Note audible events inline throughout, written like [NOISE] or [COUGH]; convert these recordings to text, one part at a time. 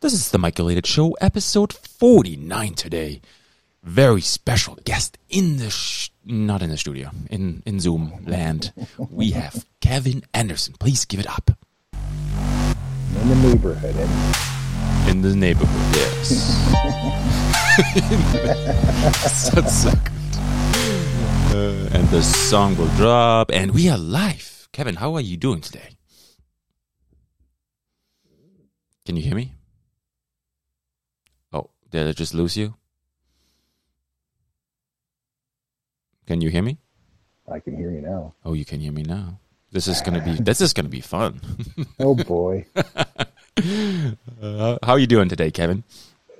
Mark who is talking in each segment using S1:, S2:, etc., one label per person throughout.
S1: This is the Michael Elated Show, episode 49 today. Very special guest in the, sh- not in the studio, in, in Zoom land. We have Kevin Anderson. Please give it up.
S2: in the neighborhood. And
S1: In the neighborhood, [LAUGHS] yes. That's so good. Uh, and the song will drop, and we are live. Kevin, how are you doing today? Can you hear me? Oh, did I just lose you? Can you hear me?
S2: I can hear you now.
S1: Oh, you can hear me now. This is gonna be this is gonna be fun.
S2: Oh boy,
S1: [LAUGHS] Uh, how are you doing today, Kevin?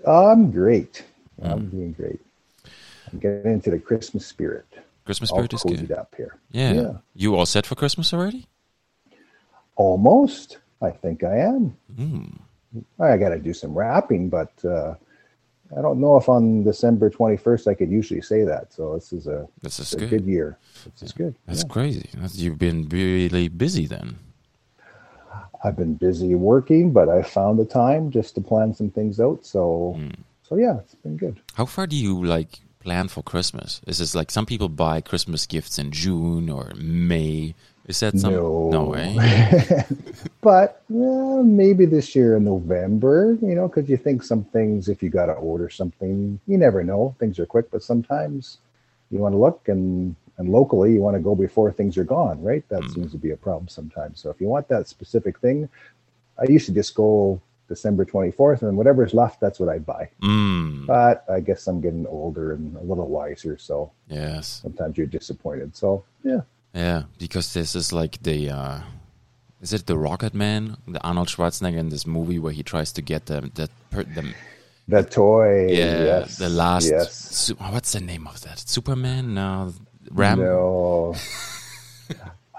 S2: I'm great.
S1: Mm.
S2: I'm doing great. I'm getting into the Christmas spirit.
S1: Christmas
S2: All
S1: spirit is
S2: cozied
S1: good.
S2: up here.
S1: Yeah.
S2: Yeah.
S1: You all set for Christmas already?
S2: Almost. I think I am.
S1: Mm.
S2: I got to do some wrapping, but uh, I don't know if on December 21st I could usually say that. So this is a,
S1: This is
S2: a
S1: good.
S2: good. year. This is good.
S1: That's
S2: Yeah.
S1: crazy. That's, you've been really busy then.
S2: I've been busy working, but I found the time just to plan some things out. So,
S1: Mm.
S2: so yeah, it's been good.
S1: How far do you like plan for Christmas? Is this like some people buy Christmas gifts in June or May? Is that some
S2: No.
S1: way?
S2: but well, maybe this year in November, you know, because you think some things, if you got to order something, you never know. Things are quick, but sometimes you want to look and and locally you want to go before things are gone, right? That
S1: Mm.
S2: seems to be a problem sometimes. So if you want that specific thing, I used to just go December 24th and whatever's left, that's what I buy.
S1: Mm,
S2: But I guess I'm getting older and a little wiser. So
S1: yes.
S2: sometimes you're disappointed. So yeah,
S1: Yeah, because this is like the uh, is it the Rocket Man, the Arnold Schwarzenegger in this movie where he tries to get the the, per, the
S2: the toy.
S1: yeah
S2: yes,
S1: the last
S2: Yes.
S1: su- what's the name of that Superman? No, Ram.
S2: No.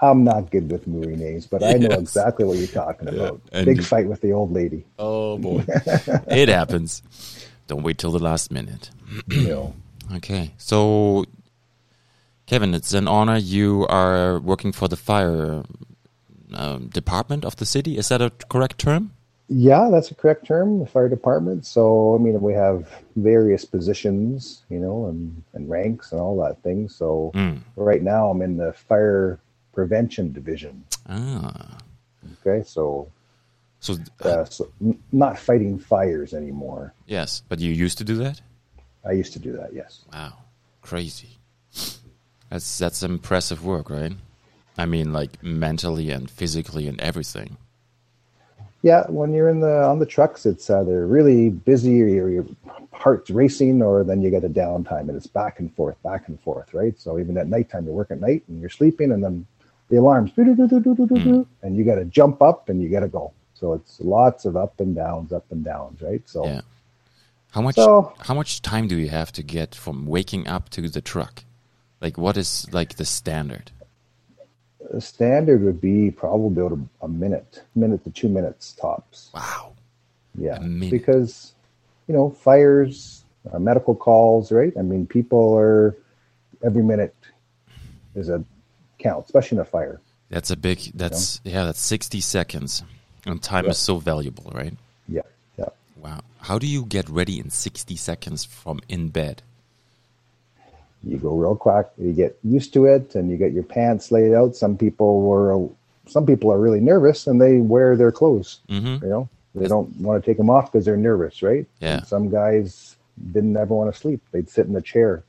S2: I'm not good with movie names, but I know
S1: Yes.
S2: exactly what you're talking about.
S1: and
S2: Big
S1: you-
S2: fight with the old lady.
S1: Oh [LAUGHS] boy, it happens. Don't wait till the last minute. [CLEARS THROAT]
S2: You know,
S1: Okay, so Kevin, it's an honor. You are working for the fire um, department of the city. Is that a correct term?
S2: yeah, that's a correct term, the fire department. So, I mean, we have various positions, you know, and, and ranks and all that thing. So,
S1: Mm.
S2: right now I'm in the fire prevention division.
S1: Ah,
S2: Okay. So,
S1: so
S2: uh, so n- not fighting fires anymore.
S1: yes, but you used to do that.
S2: I used to do that, yes.
S1: Wow, crazy. That's that's impressive work, right? I mean, like mentally and physically and everything.
S2: Yeah, when you're in the on the trucks, it's either really busy or your, your heart's racing, or then you get a downtime, and it's back and forth, back and forth, right? So even at nighttime, you work at night and you're sleeping, and then the alarms, doo-doo-doo-doo-doo-doo-doo, and you got to jump up and you got to go. So it's lots of up and downs, up and downs, right? So
S1: Yeah. How much
S2: So-
S1: how much time do you have to get from waking up to the truck? Like what is like the standard?
S2: the standard would be probably about a, a minute, minute to two minutes tops.
S1: Wow.
S2: Yeah,
S1: minute.
S2: because you know fires, uh, medical calls, right? I mean, people are every minute is a count, especially in a fire.
S1: That's a big that's yeah, that's 60 seconds. And time is so valuable, right?
S2: Yeah, yeah.
S1: Wow. How do you get ready in 60 seconds from in bed?
S2: You go real quick. You get used to it, and you get your pants laid out. Some people were, some people are really nervous, and they wear their clothes.
S1: Mhm.
S2: You know, they don't want to take them off because they're nervous, right?
S1: Yeah.
S2: And some guys didn't ever want to sleep. They'd sit in the chair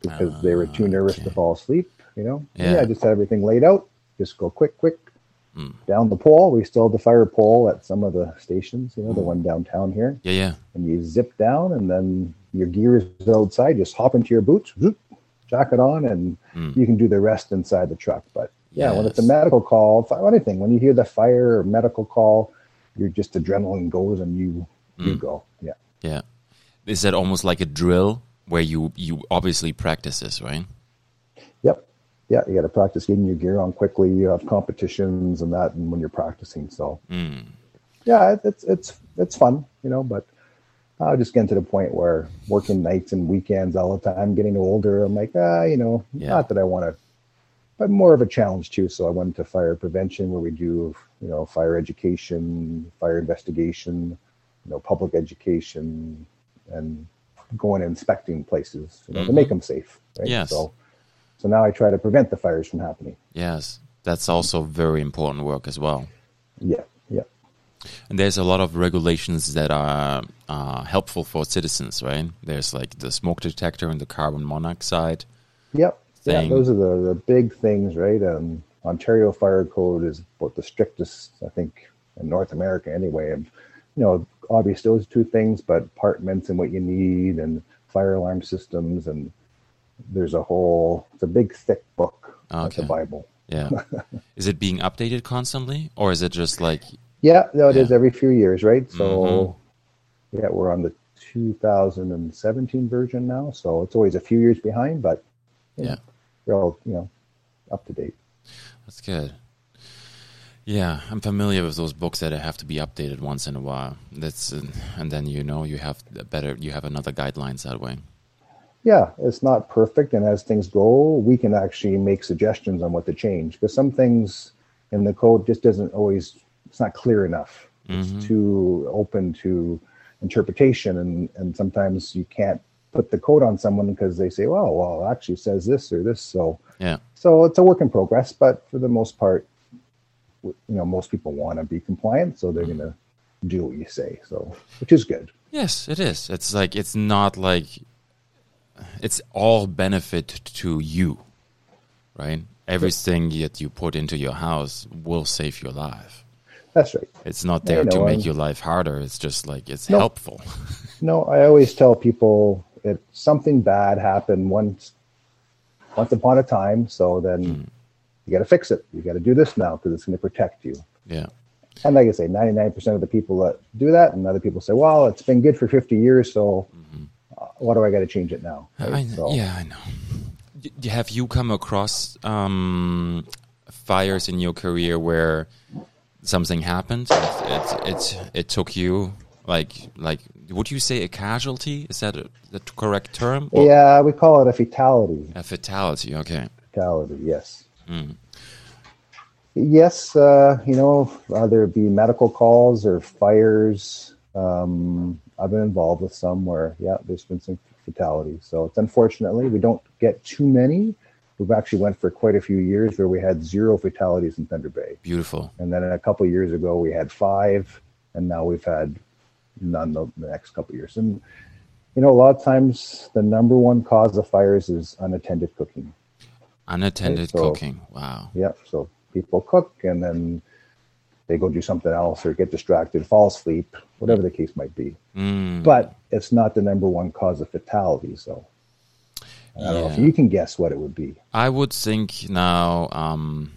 S2: because they were too nervous to fall asleep. You know,
S1: Yeah.
S2: yeah. I just had everything laid out. Just go quick, quick down the pole. We still have the fire pole at some of the stations. You know, the one downtown here,
S1: Yeah, yeah.
S2: and you zip down, and then your gear is outside. Just hop into your boots, zoop, jack it on, and you can do the rest inside the truck. But yeah, when it's a
S1: Yes.
S2: medical call, fi- anything when you hear the fire or medical call, your just adrenaline goes and you you go. Yeah.
S1: Yeah. Is that almost like a drill where you you obviously practice this, right?
S2: Yep. Yeah, you got to practice getting your gear on quickly. You have competitions and that, and when you're practicing, so yeah, it- it's it's it's fun, you know. But I'm just getting to the point where working nights and weekends all the time, getting older. I'm like, ah, you know,
S1: Yeah.
S2: not that I want to, but more of a challenge too. So I went to fire prevention, where we do, you know, fire education, fire investigation, you know, public education and going and inspecting places you know, to make them safe. Right?
S1: Mm-hmm. Yes.
S2: So, so now I try to prevent the fires from happening.
S1: Yes, that's also very important work as well.
S2: Yeah. Yeah.
S1: And there's a lot of regulations that are uh, helpful for citizens, right? There's like the smoke detector and the carbon monoxide.
S2: Yep.
S1: thing.
S2: Yeah, those are the, the big things, right? Um, Ontario Fire Code is about the strictest, I think, in North America anyway. And, you know, obviously those two things, but apartments and what you need and fire alarm systems. And there's a whole, it's a big, thick book, like the
S1: Okay.
S2: Bible.
S1: Yeah, is it being updated constantly, or is it just like
S2: Yeah, no, it is
S1: Yeah. Mm-hmm.
S2: every few years, right? So, yeah, we're on the 2017 version now. So it's always a few years behind, but
S1: yeah.
S2: they're all, you know, up to date.
S1: That's good. Yeah, I'm familiar with those books that have to be updated once in a while. That's uh, and then you know you have the better you have another guidelines that way.
S2: yeah, it's not perfect. And as things go, we can actually make suggestions on what to change because some things in the code just doesn't always, it's not clear enough.
S1: Mm-hmm.
S2: It's too open to interpretation. And, and sometimes you can't put the code on someone because they say, well, well, it actually says this or this. So,
S1: Yeah,
S2: so it's a work in progress, but for the most part, w- you know, most people want to be compliant. So they're going to do what you say. So, which is good.
S1: yes, it is. It's like it's not like it's all benefit to you, right? Everything that you put into your house will save your life.
S2: That's right.
S1: It's not there to
S2: know,
S1: make
S2: and-
S1: your life harder. It's just like it's
S2: No.
S1: helpful. [LAUGHS]
S2: No, I always tell people if something bad happened once, once upon a time, so then
S1: Hmm.
S2: you got to fix it. You got to do this now because it's going to protect you.
S1: yeah,
S2: And like I say, 99% of the people that do that, and other people say, well, it's been good for 50 years, so uh, why do I got to change it now?
S1: Mm-hmm. I,
S2: Right?
S1: kn-
S2: So-
S1: yeah, I know. D- d- have you come across um, fires in your career where something happened? It, it, it, it took you like like would you say a casualty? Is that a, the t- correct term? Or
S2: Yeah, we call it a fatality.
S1: A fatality. Okay.
S2: Fatality, yes. Yes, uh, you know, whether it be medical calls or fires, um, I've been involved with some where, yeah, there's been some fatalities. So it's unfortunately we don't get too many. We've actually went for quite a few years where we had zero fatalities in Thunder Bay,
S1: Beautiful.
S2: and then a couple of years ago we had five, and now we've had none the, the next couple of years. And you know, a lot of times the number one cause of fires is unattended cooking.
S1: Unattended
S2: so-
S1: cooking. Wow.
S2: Yep. So people cook and then they go do something else or get distracted, fall asleep, whatever the case might be.
S1: Mm,
S2: But it's not the number one cause of fatality. So I don't know if
S1: yeah.
S2: you can guess what it would be.
S1: I would think now. Um,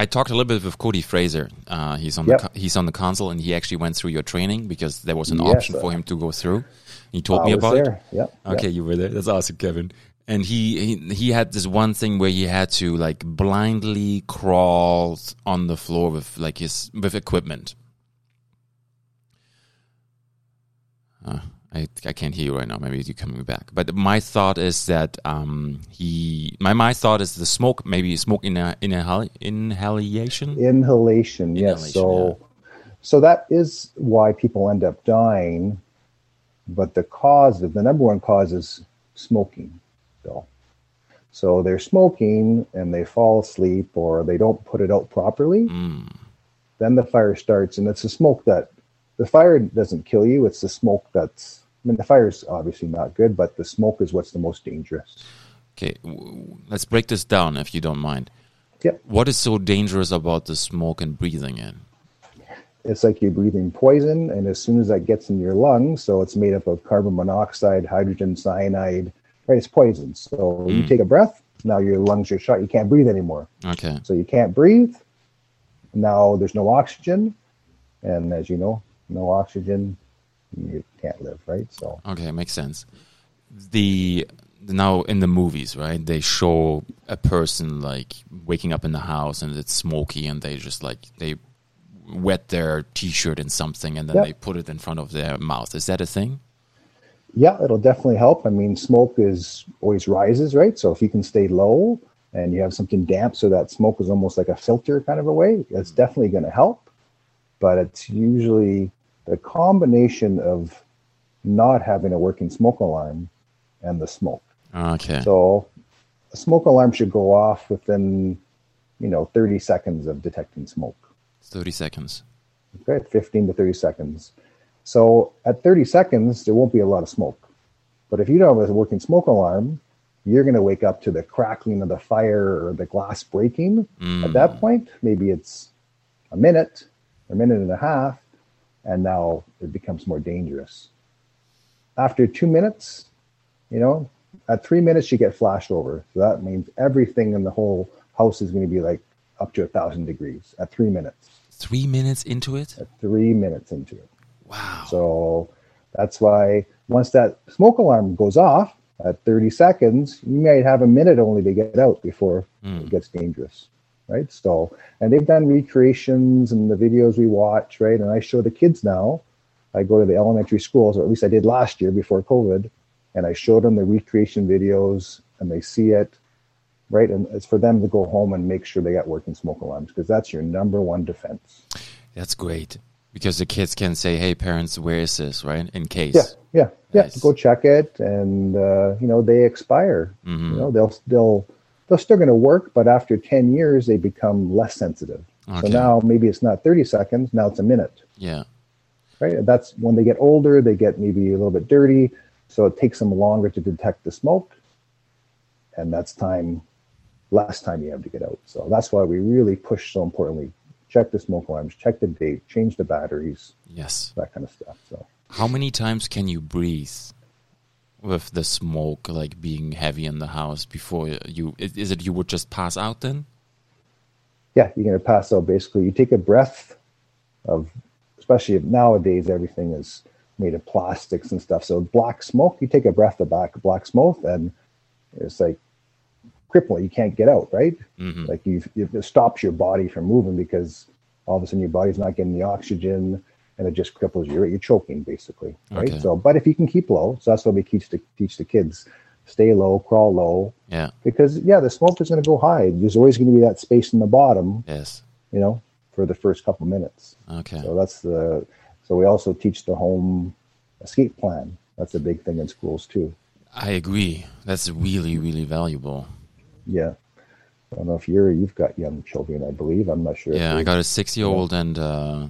S1: I talked a little bit with Cody Fraser. Uh, he's on
S2: Yep.
S1: the co- he's on the console, and he actually went through your training because there was an
S2: Yes,
S1: option
S2: uh,
S1: for him to go through. He told
S2: I
S1: me
S2: was
S1: about it.
S2: there. Yep.
S1: Okay, you were there. That's awesome, Kevin. And he, he he had this one thing where he had to like blindly crawl on the floor with like his with equipment. Uh, I I can't hear you right now. Maybe you're coming back. But my thought is that um he my my thought is the smoke maybe smoke in a, in a inhalation.
S2: Yep. Inhalation.
S1: Inhalation,
S2: yes. So so that is why people end up dying. But the cause of the number one cause is smoking. So so they're smoking and they fall asleep or they don't put it out properly.
S1: Mm,
S2: then the fire starts and it's the smoke that the fire doesn't kill you it's the smoke that's i mean the fire's obviously not good but the smoke is what's the most dangerous
S1: okay, w- w- let's break this down if you don't mind.
S2: Yep.
S1: What is so dangerous about the smoke and breathing in?
S2: it's like you're breathing poison and as soon as that gets in your lungs so it's made up of carbon monoxide hydrogen cyanide right it's poison so you take a breath now your lungs are shut you can't breathe anymore
S1: Okay.
S2: so you can't breathe now there's no oxygen and as you know no oxygen you can't live right so
S1: Okay, makes sense. The now in the movies, right? They show a person like waking up in the house and it's smoky, and they just like they wet their t-shirt in something, and then
S2: Yep.
S1: they put it in front of their mouth. Is that a thing?
S2: Yeah, it'll definitely help. I mean, smoke is always rises, right? So if you can stay low and you have something damp so that smoke is almost like a filter kind of a way, it's definitely going to help. But it's usually the combination of not having a working smoke alarm and the smoke.
S1: Okay.
S2: So a smoke alarm should go off within, you know, 30 seconds of detecting smoke.
S1: 30 seconds.
S2: Okay, 15 to 30 seconds. So at 30 seconds, there won't be a lot of smoke. But if you don't have a working smoke alarm, you're going to wake up to the crackling of the fire or the glass breaking.
S1: Hmm.
S2: At
S1: Mm.
S2: that point, maybe it's a minute, a minute and a half, and now it becomes more dangerous. After two minutes, you know, at three minutes, you get flashed over. So that means everything in the whole house is going to be like up to a thousand degrees at three minutes,
S1: Three minutes into it?
S2: three minutes into it.
S1: Wow.
S2: So that's why once that smoke alarm goes off at 30 seconds, you might have a minute only to get out before
S1: Hmm. Mm,
S2: it gets dangerous, right? So, and they've done recreations and the videos we watch, right? And I show the kids now. I go to the elementary schools, or at least I did last year before COVID, and I showed them the recreation videos, and they see it, right? And it's for them to go home and make sure they got working smoke alarms because that's your number one defense.
S1: That's great. Because the kids can say, hey, parents, where is this, right? In case.
S2: Yeah, yeah, yeah.
S1: Nice.
S2: Go check it, and uh, you know they expire.
S1: Mm-hmm.
S2: You know they'll they'll they're still going to work, but after ten years they become less sensitive. So
S1: Okay.
S2: now maybe it's not thirty seconds. Now it's a minute.
S1: Yeah.
S2: Right. And that's when they get older. They get maybe a little bit dirty, so it takes them longer to detect the smoke, and that's time, less time you have to get out. So that's why we really push so importantly. Check the smoke alarms. Check the date. Change the batteries.
S1: Yes.
S2: That kind of stuff. So.
S1: How many times can you breathe with the smoke, like being heavy in the house before you? i- Is it you would just pass out then?
S2: yeah, you're going to pass out basically. You take a breath of, especially if nowadays everything is made of plastics and stuff. So black smoke, you take a breath of black, black smoke and it's like crippling. You can't get out, right? Like you've, it just stops your body from moving because all of a sudden your body's not getting the oxygen and it just cripples you. You're choking basically, right?
S1: Okay.
S2: So, but if you can keep low, so that's what we teach the, teach the kids, stay low, crawl low,
S1: Yeah.
S2: because yeah, the smoke is going to go high. There's always going to be that space in the bottom,
S1: Yes.
S2: you know, for the first couple minutes.
S1: Okay.
S2: So that's the. So we also teach the home escape plan. That's a big thing in schools too.
S1: I agree. That's really, really valuable.
S2: Yeah, I don't know if you're you've got young children. I believe I'm not sure. if
S1: Yeah, I
S2: you-
S1: got a six-year-old and uh,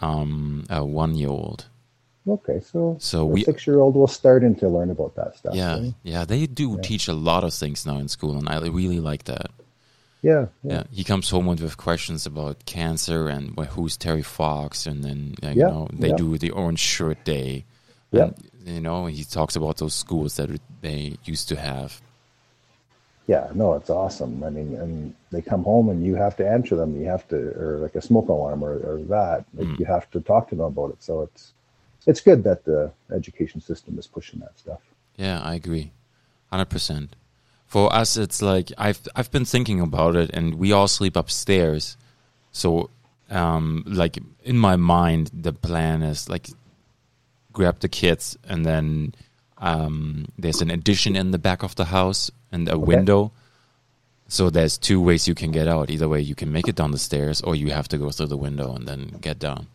S1: um, a one-year-old.
S2: Okay, so
S1: So
S2: so
S1: we-
S2: we six year old will start in to learn about that stuff.
S1: Yeah,
S2: right?
S1: yeah, they do teach a lot of things now in school, and I really like that.
S2: yeah, yeah.
S1: Yeah, he comes home with, with questions about cancer and wh- who's Terry Fox, and then uh, you
S2: Yeah,
S1: know they
S2: yeah.
S1: do the orange shirt day.
S2: Yeah.
S1: And, you know he talks about those schools that they used to have.
S2: Yeah, no, it's awesome. I mean, and they come home and you have to answer them. You have to, or like a smoke alarm or, or that. Like
S1: Hmm.
S2: You have to talk to them about it. So it's it's good that the education system is pushing that stuff.
S1: Yeah, I agree, hundred percent. For us, it's like I've I've been thinking about it, and we all sleep upstairs. So, um, like in my mind, the plan is like grab the kids, and then um, there's an addition in the back of the house and a window. So there's two ways you can get out. Either way, you can make it down the stairs, or you have to go through the window and then get down.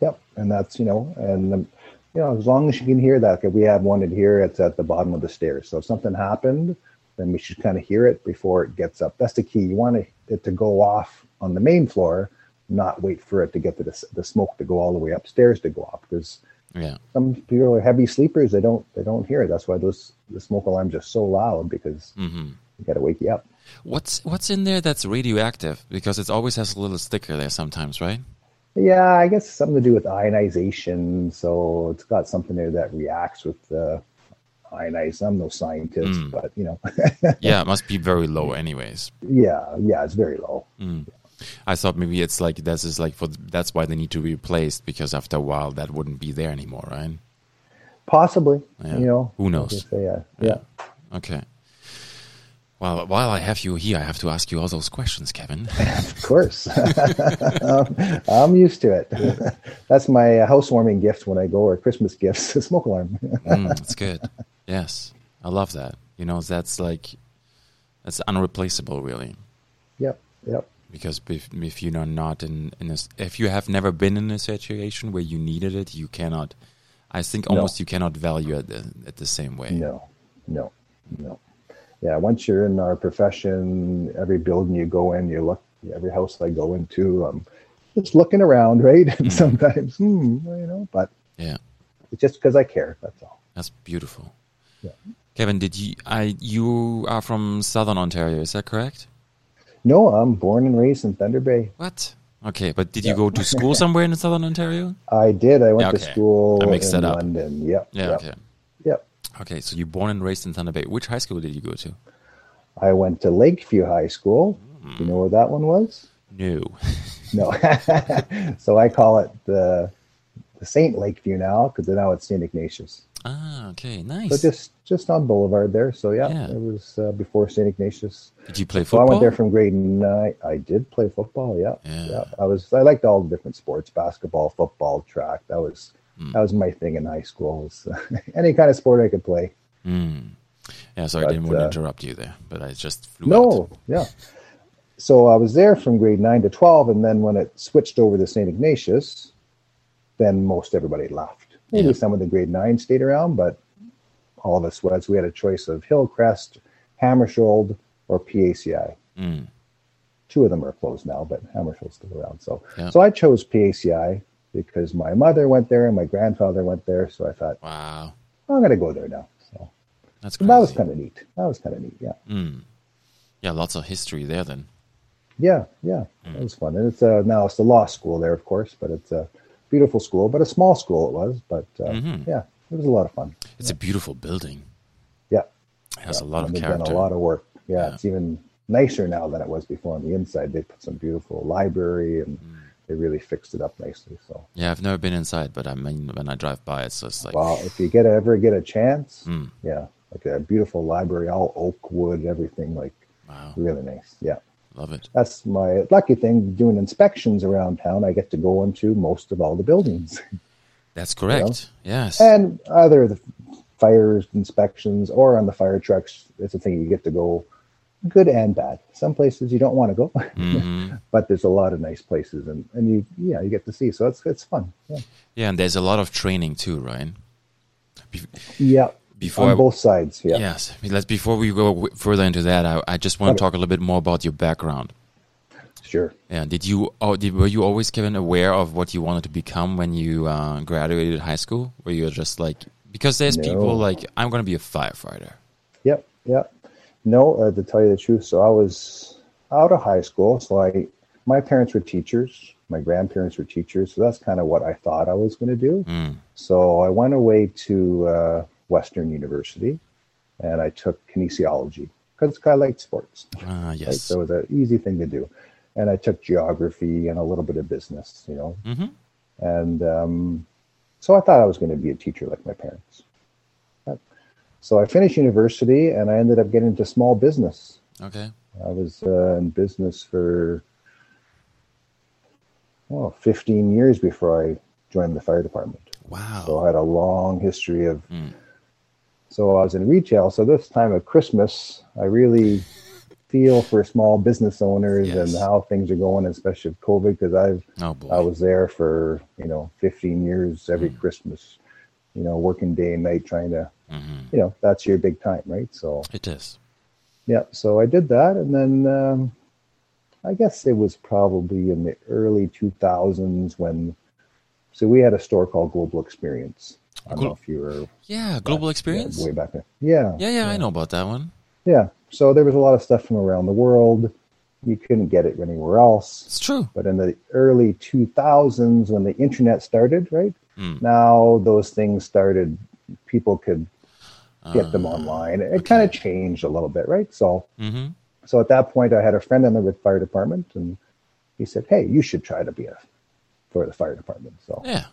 S2: Yep, and that's you know, and um, you know, as long as you can hear that, 'cause we have one in here. It's at the bottom of the stairs. So if something happened, then we should kind of hear it before it gets up. That's the key. You want it- it to go off on the main floor, not wait for it to get to the, s- the smoke to go all the way upstairs to go off because.
S1: Yeah,
S2: some people are heavy sleepers. They don't they don't hear it. That's why those the smoke alarms are so loud because you got to wake you up.
S1: what's what's in there that's radioactive? Because it always has a little sticker there sometimes, right?
S2: Yeah, I guess something to do with ionization. So it's got something there that reacts with the ionized. I'm no scientist,
S1: Hmm.
S2: but you know, [LAUGHS]
S1: yeah, it must be very low, anyways.
S2: yeah, yeah, it's very low.
S1: I thought maybe it's like this is like for that's why they need to be replaced because after a while that wouldn't be there anymore, right?
S2: Possibly,
S1: Yeah.
S2: you know,
S1: Who knows?
S2: So, yeah, yeah.
S1: Okay. Well, while I have you here, I have to ask you all those questions, Kevin. [LAUGHS]
S2: Of course. [LAUGHS] Um, I'm used to it. [LAUGHS] That's my uh, housewarming gift when I go, or Christmas gifts, [LAUGHS] the smoke alarm.
S1: mm, that's good. Yes, I love that. You know, that's like that's unreplaceable, really.
S2: yep, yep.
S1: because if, if you are not in, in a, if you have never been in a situation where you needed it, you cannot. I think
S2: No.
S1: almost you cannot value it the, at the same way.
S2: No, no, no. Yeah, once you're in our profession, every building you go in, you look, every house I go into, I'm just looking around, [LAUGHS] right?
S1: Mm-hmm.
S2: And sometimes, hmm, you know, but
S1: Yeah,
S2: it's just because I care. That's all.
S1: that's beautiful.
S2: Yeah.
S1: Kevin, did you? I you are from Southern Ontario, is that correct?
S2: No, I'm born and raised in Thunder Bay.
S1: What? Okay, but did you go to
S2: [LAUGHS]
S1: school somewhere in Southern Ontario?
S2: I did. I went
S1: Okay.
S2: to school
S1: I mixed
S2: in
S1: that up.
S2: London. Yep.
S1: Yeah.
S2: yep.
S1: Okay.
S2: Yep.
S1: Okay. So you born and raised in Thunder Bay. Which high school did you go to?
S2: I went to Lakeview High School.
S1: Mm.
S2: You know where that one was?
S1: No.
S2: No. [LAUGHS] so I call it the the Saint Lakeview now because now it's Saint Ignatius.
S1: [LAUGHS] ah. Okay. Nice.
S2: So just just on Boulevard there. So yeah,
S1: Yeah.
S2: it was uh, before Saint Ignatius.
S1: did you play
S2: So I
S1: football?
S2: went there from grade nine. I did play football. Yeah,
S1: Yeah.
S2: I was. I liked all the different sports: basketball, football, track. That was
S1: Mm.
S2: that was my thing in high school. was, [LAUGHS] any kind of sport I could play.
S1: Mm. Yeah, sorry, I
S2: But,
S1: didn't want to
S2: uh,
S1: interrupt you there, but I just flew
S2: No,
S1: out.
S2: yeah. So I was there from grade nine to twelve, and then when it switched over to Saint Ignatius, then most everybody left. Maybe
S1: Yeah.
S2: some of the grade nine stayed around, but all of us was we had a choice of Hillcrest, Hammershold, or PACI.
S1: Mm.
S2: Two of them are closed now, but Hammershold's still around. So,
S1: Yeah.
S2: so I chose PACI because my mother went there and my grandfather went there. So I thought
S1: Wow,
S2: I'm going to go there now. So
S1: that's
S2: so
S1: crazy.
S2: that was kind of neat. That was kind of neat. Yeah.
S1: mm. Yeah, lots of history there then.
S2: Yeah, yeah,
S1: Hmm.
S2: it was fun. And it's uh, now it's the law school there, of course, but it's a beautiful school, but a small school it was. But uh,
S1: Mhm.
S2: yeah, it was a lot of fun.
S1: It's a beautiful building.
S2: Yeah,
S1: It has a lot
S2: and
S1: of
S2: they've
S1: character.
S2: done a lot of work. Yeah,
S1: Yeah.
S2: it's even nicer now than it was before on the inside. They put some beautiful library and
S1: Hmm.
S2: they really fixed it up nicely. So
S1: yeah, I've never been inside, but I mean, when I drive by, it's just like,
S2: wow, if you get ever get a chance,
S1: Mm.
S2: yeah, like a beautiful library, all oak wood, everything like
S1: wow,
S2: really nice. Yeah.
S1: love it.
S2: That's my lucky thing doing inspections around town. I get to go into most of all the buildings.
S1: That's correct. Yes.
S2: and either the fire inspections or on the fire trucks it's a thing you get to go good and bad some places you don't want to go [LAUGHS]
S1: Mhm.
S2: but there's a lot of nice places and, and you yeah you get to see so it's it's fun yeah,
S1: Yeah, and there's a lot of training too, right? Bef-
S2: yeah.
S1: Before I-
S2: on both sides yeah
S1: Yes. I mean, let's, before we go w- further into that, I, I just want
S2: Okay.
S1: to talk a little bit more about your background.
S2: sure
S1: Yeah. Did you? Oh, did, were you always Kevin aware of what you wanted to become when you uh, graduated high school? Were you just like because there's people
S2: No.
S1: like I'm going to be a firefighter.
S2: Yep, yep. No, uh, to tell you the truth, so I was out of high school. So I, my parents were teachers, my grandparents were teachers. So that's kind of what I thought I was going to do.
S1: Mm.
S2: So I went away to uh, Western University, and I took kinesiology because I liked sports.
S1: Ah,
S2: Right?
S1: yes.
S2: So it was an easy thing to do, and I took geography and a little bit of business. You know,
S1: hmm
S2: and um, so I thought I was going to be a teacher like my parents. But- So I finished university and I ended up getting into small business.
S1: Okay.
S2: I was uh, in business for well, 15 years before I joined the fire department. So
S1: Wow.
S2: I had a long history of.
S1: Mm.
S2: So I was in retail. So this time of Christmas, I really feel for small business owners
S1: Yes.
S2: and how things are going, especially with COVID, because I've
S1: Oh boy.
S2: I was there for you know 15 years every
S1: Hmm.
S2: Christmas, you know, working day and night trying to,
S1: Mhm.
S2: you know, that's your big time, right? So
S1: It is.
S2: yeah, so I did that, and then um, I guess it was probably in the early 2000s when. So we had a store called Global Experience. I don't
S1: Cool.
S2: know if you were
S1: Yeah. Global experience.
S2: way back then. Yeah,
S1: Yeah, yeah, I know about that one.
S2: yeah. So there was a lot of stuff from around the world. You couldn't get it anywhere else.
S1: It's true.
S2: But in the early 2000s, when the internet started, right?
S1: Mm.
S2: Now those things started, people could get them
S1: Uh,
S2: online. It kind of changed a little bit, right? So,
S1: mhm.
S2: so at that point, I had a friend in the Red Fire Department, and he said, "Hey, you should try to be a for the fire department." So,
S1: Yeah.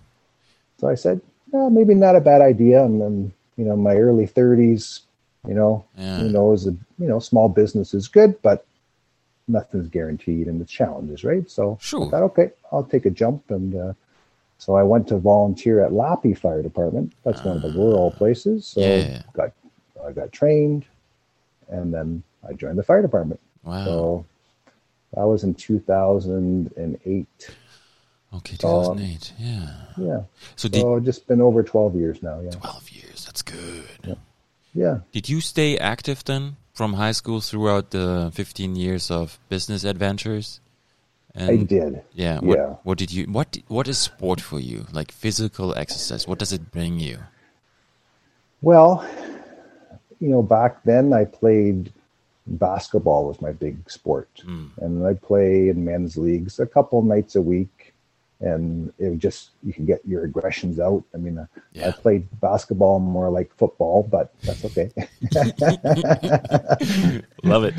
S2: so I said, "Yeah, maybe not a bad idea." And then, you know, my early 30s, you know,
S1: Yeah.
S2: who knows? You know, small business is good, but nothing's guaranteed, and the challenges, right? So,
S1: Sure.
S2: I thought, okay, I'll take a jump. And uh, so I went to volunteer at Lappy Fire Department. That's one of the rural places. So
S1: Ah, yeah.
S2: got
S1: Ah.
S2: I got trained, and then I joined the fire department.
S1: Wow.
S2: So That was in 2008.
S1: Okay, 2008. yeah.
S2: Yeah.
S1: So did
S2: Um, So just been over 12 years now. Yeah.
S1: 12 years. That's good.
S2: Yeah.
S1: Did you stay active then from high school throughout the 15 years of business adventures? And
S2: I did.
S1: Yeah. What,
S2: Yeah.
S1: What did you? What What is sport for you? Like physical exercise. What does it bring you?
S2: Well, you know, back then I played basketball was my big sport,
S1: Mm.
S2: and I play in men's leagues a couple nights a week, and it was just you can get your aggressions out. I mean, I
S1: Yeah.
S2: played basketball more like football, but that's okay. [LAUGHS]
S1: Love it.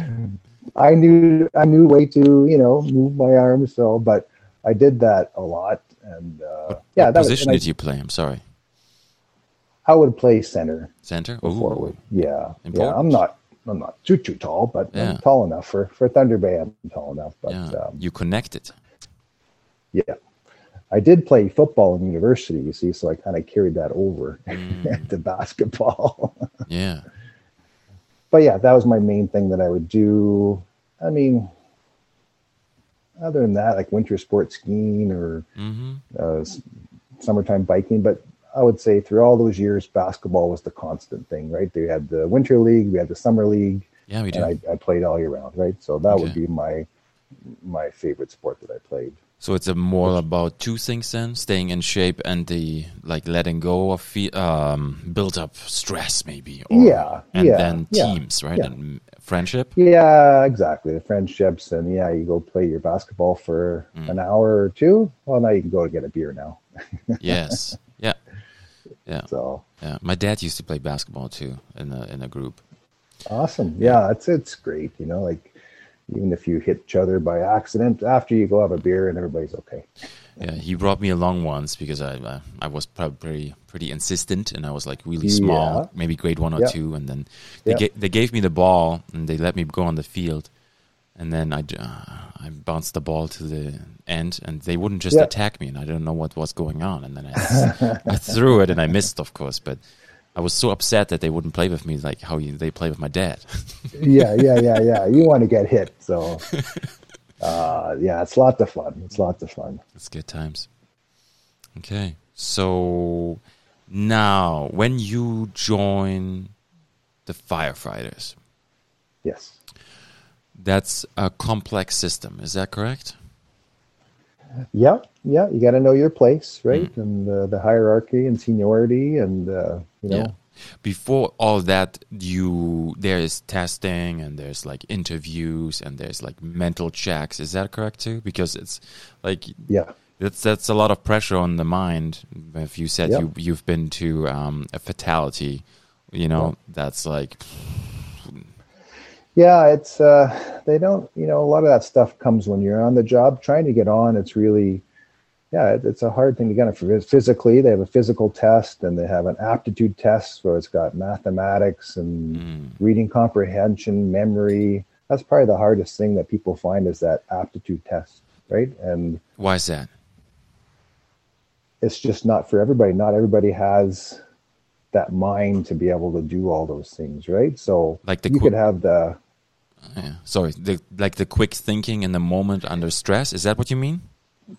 S2: I knew I knew way to you know move my arms, so but I did that a lot, and uh, yeah,
S1: What
S2: that was,
S1: position
S2: and I,
S1: did you play? I'm sorry.
S2: I would play center.
S1: Center.
S2: or
S1: Ooh.
S2: forward. Yeah, yeah.
S1: Important.
S2: I'm not, I'm not too too tall, but
S1: Yeah.
S2: I'm tall enough for for Thunder Bay. I'm tall enough, but
S1: yeah.
S2: um,
S1: you
S2: [LAUGHS]
S1: connected.
S2: yeah. I did play football in university, you see, so I kind of carried that over [LAUGHS] to basketball.
S1: Mm,
S2: [LAUGHS]
S1: Yeah.
S2: but yeah, that was my main thing that I would do. I mean, other than that, like winter sports skiing or
S1: hmm
S2: uh, s- summertime biking, but I would say through all those years, basketball was the constant thing, right? They had the winter league, we had the summer league,
S1: Yeah, we do.
S2: and I, I played all year round, right? So that would
S1: Okay.
S2: be my my favorite sport that I played.
S1: so it's a more about two things then: staying in shape and the like, letting go of fe- um, built up stress, maybe.
S2: Yeah,
S1: And
S2: yeah,
S1: then
S2: yeah,
S1: teams, right?
S2: yeah.
S1: And friendship.
S2: Yeah, exactly. The friendships and yeah, you go play your basketball for
S1: Mm.
S2: an hour or two. Well, now you can go to get a beer now.
S1: yes. Yeah. Yeah.
S2: So
S1: Yeah. My dad used to play basketball too in a in a group.
S2: awesome. Yeah, it's it's great. You know, like even if you hit each other by accident, after you go have a beer and everybody's
S1: [LAUGHS]
S2: okay.
S1: Yeah, he brought me along once because I I, I was probably pretty insistent and I was like really small,
S2: Yeah.
S1: maybe grade one or
S2: Yeah.
S1: two, and then they
S2: Yeah.
S1: ga- they gave me the ball and they let me go on the field, and then I d- uh, I bounced the ball to the end and they wouldn't just
S2: Yeah.
S1: attack me and I don't know what was going on and then I
S2: [LAUGHS]
S1: th- I threw it and I missed of course, but I was so upset that they wouldn't play with me like how you, they play with my dad. [LAUGHS]
S2: yeah, yeah, yeah, yeah. You want to get hit, so uh, yeah, it's lots of fun. It's lots of fun.
S1: It's good times. Okay. So now, when you join the firefighters,
S2: Yes.
S1: that's a complex system. Is that correct?
S2: Yeah, yeah. You got to know your place, right? And uh, the hierarchy and seniority, and uh, you know,
S1: Before all that, you there is testing and there's like interviews and there's like mental checks. Is that correct too? Because it's like
S2: yeah,
S1: That's that's a lot of pressure on the mind. If you said
S2: Yeah.
S1: you you've been to um, a fatality, you know that's like
S2: yeah. It's uh, they don't, you know, a lot of that stuff comes when you're on the job trying to get on. It's really, yeah, it, it's a hard thing to get on. Phys- Physically, they have a physical test and they have an aptitude test where it's got mathematics and
S1: mm,
S2: reading comprehension, memory. That's probably the hardest thing that people find is that aptitude test, right? And
S1: why is that?
S2: it's just not for everybody. Not everybody has that mind to be able to do all those things, right? So
S1: Like the
S2: you
S1: qu-
S2: could have the
S1: Yeah. Sorry, the, like the quick thinking in the moment under stress. Is that what you mean?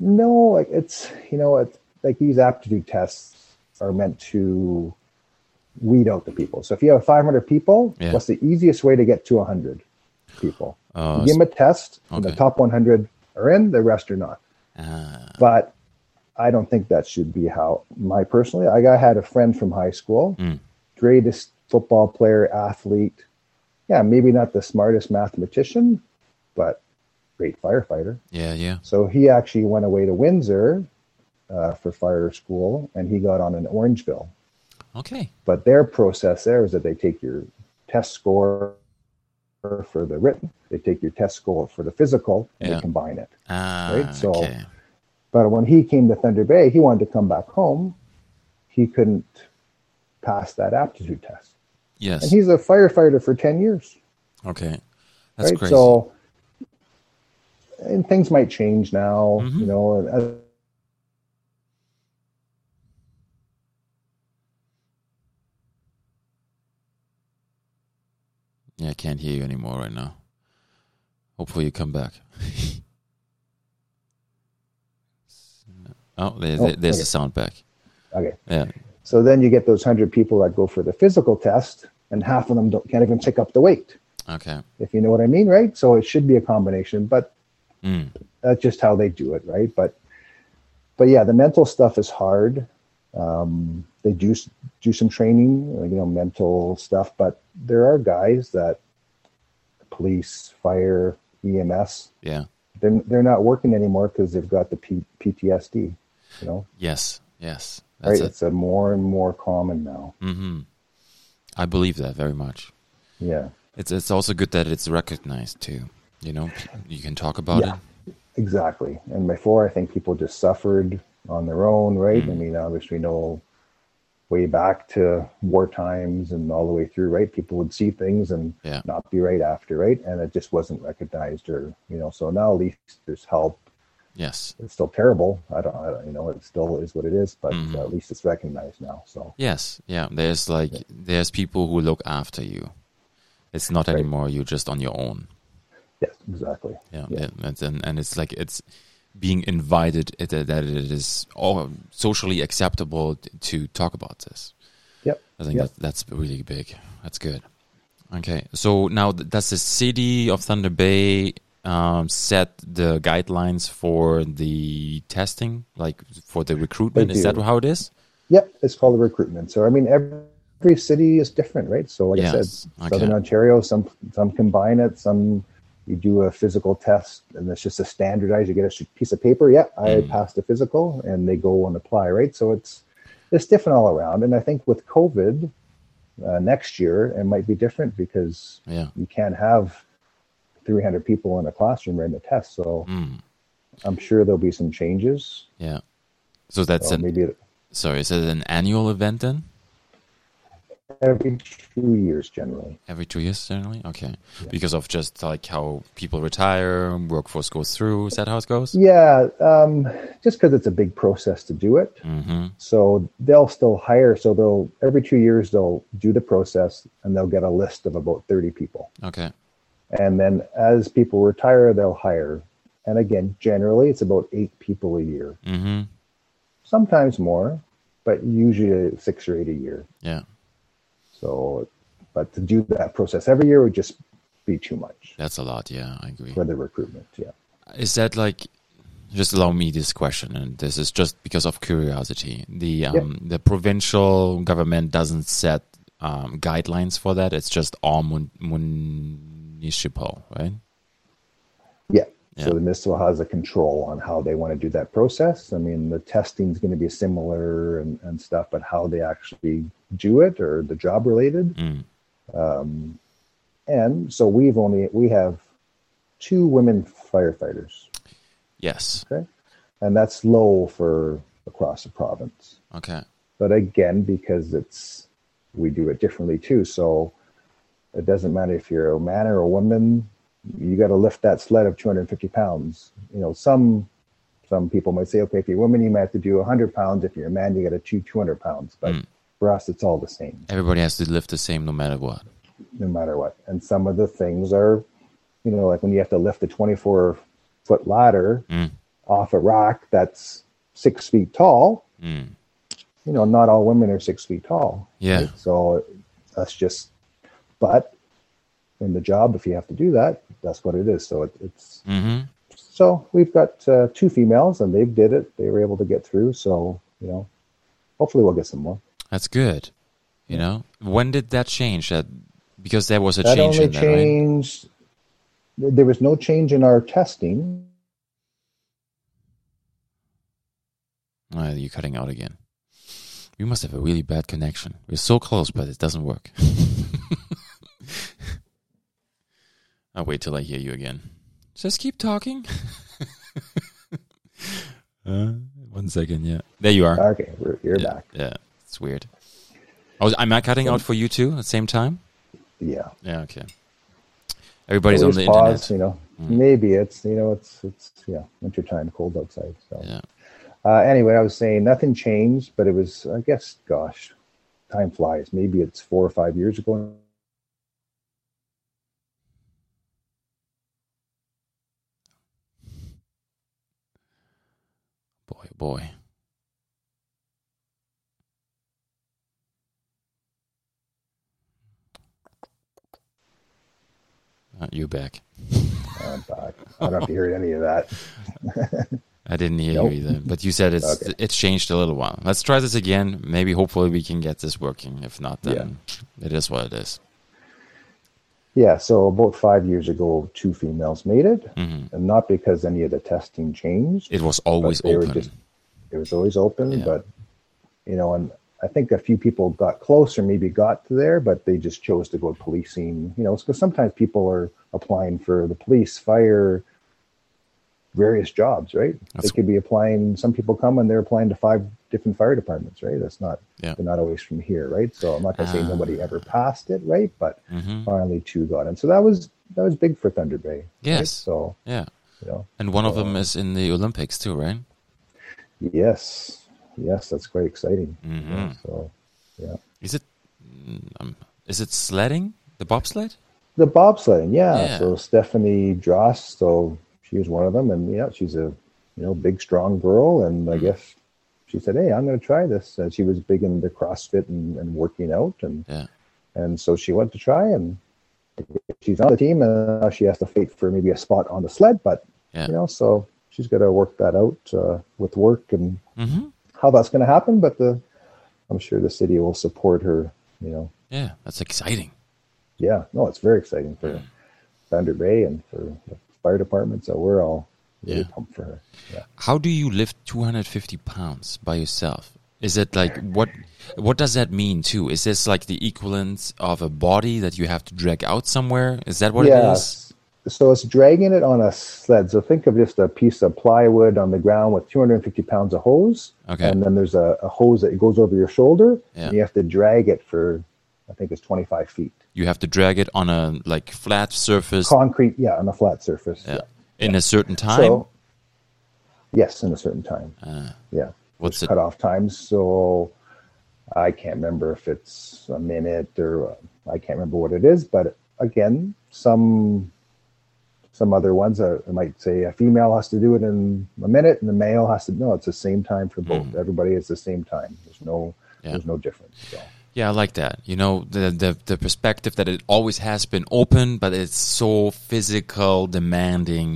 S2: no, like it's you know, it's like these aptitude tests are meant to weed out the people. So if you have 500 people,
S1: Yeah.
S2: what's the easiest way to get to 100 people?
S1: Uh,
S2: you give them a test, and the
S1: okay.
S2: top 100 are in, the rest are not.
S1: Ah,
S2: but I don't think that should be how my personally. Like I had a friend from high school,
S1: Mm.
S2: greatest football player, athlete. Yeah, maybe not the smartest mathematician, but great firefighter.
S1: yeah, yeah.
S2: So he actually went away to Windsor uh, for fire school, and he got on in Orangeville.
S1: Okay.
S2: But their process there is that they take your test score for the written, they take your test score for the physical, and
S1: Yeah.
S2: they combine it.
S1: Ah,
S2: Right, so-
S1: okay.
S2: But when he came to Thunder Bay, he wanted to come back home. He couldn't pass that aptitude
S1: Hmm.
S2: test. And
S1: Yes.
S2: he's a firefighter for 10 years.
S1: Okay. That's
S2: right?
S1: crazy.
S2: So, and things might change now,
S1: Mhm.
S2: you know. And as,
S1: yeah, I can't hear you anymore right now. Hopefully you come back. [LAUGHS] oh, there, there-
S2: Oh,
S1: there's
S2: okay.
S1: the sound back.
S2: Okay.
S1: Yeah.
S2: So then you get those 100 people that go for the physical test, and half of them don't, can't even pick up the weight,
S1: Okay.
S2: if you know what I mean, right? So it should be a combination, but
S1: Mm.
S2: that's just how they do it, right? But but yeah, the mental stuff is hard. Um, they do s- do some training, uh, you know, mental stuff, but there are guys that police, fire, EMS,
S1: Yeah.
S2: they're, they're not working anymore because they've got the P- PTSD, you know,
S1: Yes. Yes. That's
S2: right?
S1: it.
S2: It's a more and more common now.
S1: hmm I believe that very much.
S2: Yeah,
S1: It's it's also good that it's recognized too. You know, p- you can talk about
S2: Yeah.
S1: it.
S2: exactly. And before, I think people just suffered on their own, right? I mean, obviously, no way back to war times and all the way through, right? People would see things and
S1: Yeah.
S2: not be right after, right? And it just wasn't recognized, or you know. So now at least there's help.
S1: Yes.
S2: It's still terrible. I don't, I don't you know, it still is what it is, but
S1: Mhm.
S2: uh, at least it's recognized now. So
S1: Yes. Yeah. There's like there's people who look after you. It's not
S2: Right.
S1: anymore. You're just on your own.
S2: yes, exactly.
S1: Yeah.
S2: Yeah.
S1: and- and- and and it's like it's being invited it- that that it is all socially acceptable t- to talk about this.
S2: Yep.
S1: I think
S2: Yep.
S1: that, that's really big. That's good. Okay, so now th- does the city of Thunder Bay um, set the guidelines for the testing, like for the recruitment?
S2: They
S1: Is that
S2: do.
S1: how it is?
S2: Yep, it's called the recruitment. So I mean, every, every city is different, right? So like I
S1: Yes,
S2: said,
S1: okay.
S2: Southern Ontario, some some combine it, some you do a physical test, and it's just a standardized. You get a sh- piece of paper. Yeah, I
S1: Mm.
S2: passed the physical, and they go and apply, right? So it's it's different all around. And I think with COVID uh, next year, it might be different because
S1: Yeah.
S2: you can't have 300 people in a classroom writing a test. So
S1: Mm,
S2: I'm sure there'll be some changes.
S1: yeah. So that's
S2: So
S1: an
S2: maybe it-
S1: sorry. Is it an annual event then?
S2: every two years generally.
S1: Every two years, generally. Okay, because of just like how people retire, workforce goes through. Is that how it goes?
S2: Yeah, um, just because it's a big process to do it.
S1: Mm-hmm.
S2: So they'll still hire. So they'll every two years they'll do the process and they'll get a list of about thirty people.
S1: Okay.
S2: And then as people retire, they'll hire. And again, generally it's about eight people a year,
S1: Mm-hmm.
S2: sometimes more, but usually six or eight a year.
S1: Yeah.
S2: So, but to do that process every year would just be too much
S1: That's a lot. Yeah, I agree.
S2: for the recruitment. Yeah.
S1: is that like just allow me this question and this is just because of curiosity the um the provincial government doesn't set um guidelines for that it's just all mun- municipal right
S2: Yeah.
S1: Yeah.
S2: So the municipal has a control on how they want to do that process. I mean, the testing's going to be similar and, and stuff, but how they actually do it or the job related.
S1: mm.
S2: Um, and so we've only we have two women firefighters,
S1: yes
S2: and that's low for across the province.
S1: okay
S2: But again, because it's we do it differently too, so it doesn't matter if you're a man or a woman. You got to lift that sled of 250 pounds. You know, some some people might say, okay, if you're a woman, you might have to do 100 pounds. If you're a man, you got to do 200 pounds. But
S1: Mm.
S2: for us, it's all the same,
S1: everybody has to live the same no matter what
S2: no matter what. And some of the things are, you know, like when you have to lift a 24 foot ladder
S1: Mm.
S2: off a rack that's six feet tall.
S1: mm.
S2: You know, not all women are six feet tall.
S1: yeah
S2: So that's just, but in the job, if you have to do that, that's what it is. So it, it's
S1: hmm
S2: so we've got uh, two females, and they did it. They were able to get through. So you know, hopefully we'll get some more.
S1: that's good you know when did that change that because there was a
S2: That
S1: change
S2: only
S1: in that right?
S2: changed. th- There was no change in our testing.
S1: Uh, you're cutting out again. We must have a really bad connection. We're so close, but it doesn't work. [LAUGHS] I'll wait till I hear you again. Just keep [LAUGHS] talking. uh, one second, yeah. There you are.
S2: Okay, we're, you're
S1: yeah,
S2: back.
S1: yeah, it's weird. I was, am I cutting out for you too at the same time?
S2: Yeah,
S1: Yeah, okay. Everybody's
S2: So
S1: on
S2: just
S1: the
S2: pause,
S1: internet. Mm.
S2: You know, maybe it's you know it's it's yeah wintertime, cold outside. So
S1: Yeah.
S2: Uh, anyway, I was saying nothing changed, but it was, I guess, gosh, time flies. Maybe it's four or five years ago
S1: boy. Not Uh, you, Beck.
S2: I'm back. Um, I don't have to hear any of that.
S1: I didn't hear
S2: Nope.
S1: you either. But you said it's
S2: Okay.
S1: it's changed a little while. Let's try this again. Maybe hopefully we can get this working. If not, then it is what it is.
S2: Yeah, so about five years ago, two females mated,
S1: Mhm.
S2: and not because any of the testing changed.
S1: It was always
S2: they were
S1: open.
S2: just- it was always open,
S1: Yeah.
S2: but you know, and I think a few people got close or maybe got to there, but they just chose to go to policing. You know, because sometimes people are applying for the police, fire, various jobs, right?
S1: That's-
S2: they could be applying. Some people come and they're applying to five different fire departments, right? That's not
S1: Yeah.
S2: they're not always from here, right? So I'm not gonna say
S1: Ah.
S2: nobody ever passed it, right? But
S1: Mhm.
S2: finally two got in, so that was that was big for Thunder Bay. right?
S1: Yes.
S2: So
S1: Yeah.
S2: you know,
S1: And one of
S2: Uh,
S1: them is in the Olympics too, right?
S2: yes, yes, that's quite exciting.
S1: hmm
S2: So.
S1: Is it mm, um, is it sledding? The bobsled?
S2: The bobsledding, yeah.
S1: Yeah.
S2: So Stephanie Dross, so she was one of them, and yeah, she's a you know big, strong girl, and
S1: Mm-hmm.
S2: I guess she said, "Hey, I'm going to try this." And she was big into CrossFit and, and working out, and
S1: Yeah.
S2: and so she went to try, and she's on the team, and now she has to fight for maybe a spot on the sled, but
S1: Yeah.
S2: you know, so she's got to work that out uh, with work and
S1: hmm
S2: how that's going to happen. But the I'm sure the city will support her, you know,
S1: Yeah. That's exciting.
S2: yeah, no, it's very exciting for Thunder Bay and for the fire department. So we're all really
S1: Yeah.
S2: pumped for her. Yeah.
S1: How do you lift 250 pounds by yourself? Is it like what? What does that mean too? Is this like the equivalent of a body that you have to drag out somewhere? Is that what it is?
S2: yes. So it's dragging it on a sled. So think of just a piece of plywood on the ground with 250 pounds of hose.
S1: Okay.
S2: And then there's a, a hose that goes over your shoulder.
S1: Yeah.
S2: And you have to drag it for, I think it's 25 feet.
S1: You have to drag it on a like flat surface
S2: Concrete, yeah, on a flat surface.
S1: yeah, in a certain time. Uh.
S2: So, yes, in a certain time. yeah.
S1: What's it?
S2: cut off times. So I can't remember if it's a minute or uh, I can't remember what it is. But again, some some other ones uh, I might say a female has to do it in a minute, and the male has to. No, it's the same time for both. Everybody is the same time. There's
S1: Hmm.
S2: no
S1: Yeah.
S2: there's no difference. So.
S1: Yeah, I like that. You know, the, the the perspective that it always has been open, but it's so physical, demanding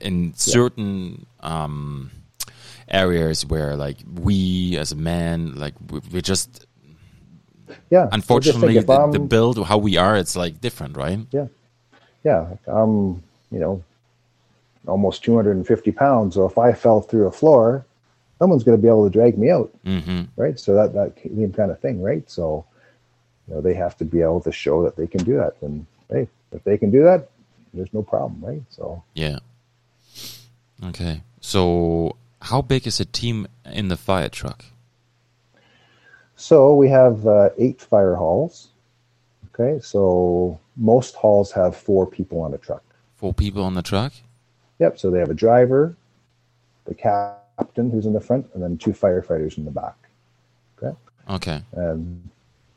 S1: in certain um, areas where, like, we as a man, like, we- we're just
S2: Yeah. so just think
S1: unfortunately
S2: if
S1: the,
S2: I'm-
S1: the build how we are, it's like different, right?
S2: yeah yeah like, i'm you know almost 250 pounds so if i fell through a floor someone's going to be able to drag me out
S1: Mhm.
S2: right so that that same kind of thing right so you know they have to be able to show that they can do that and hey if they can do that there's no problem right so
S1: Yeah. Okay. So, how big is a team in the fire truck?
S2: so we have uh, eight fire halls okay so most halls have four people on a truck
S1: Four people on the truck.
S2: Yep. So they have a driver, the captain who's in the front, and then two firefighters in the back.
S1: Okay.
S2: And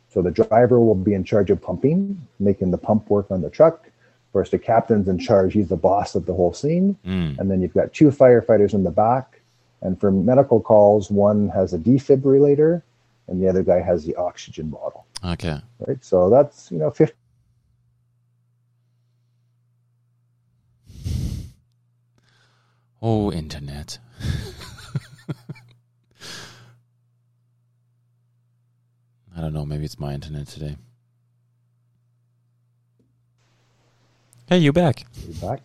S2: so the driver will be in charge of pumping, making the pump work on the truck. Of course, the captain's in charge. He's the boss of the whole scene.
S1: Mm.
S2: And then you've got two firefighters in the back. And for medical calls, one has a defibrillator and the other guy has the oxygen bottle.
S1: Okay.
S2: Right. So that's, you know, 50.
S1: Oh, internet. [LAUGHS] I don't know. Maybe it's my internet today. Hey, you back?
S2: back.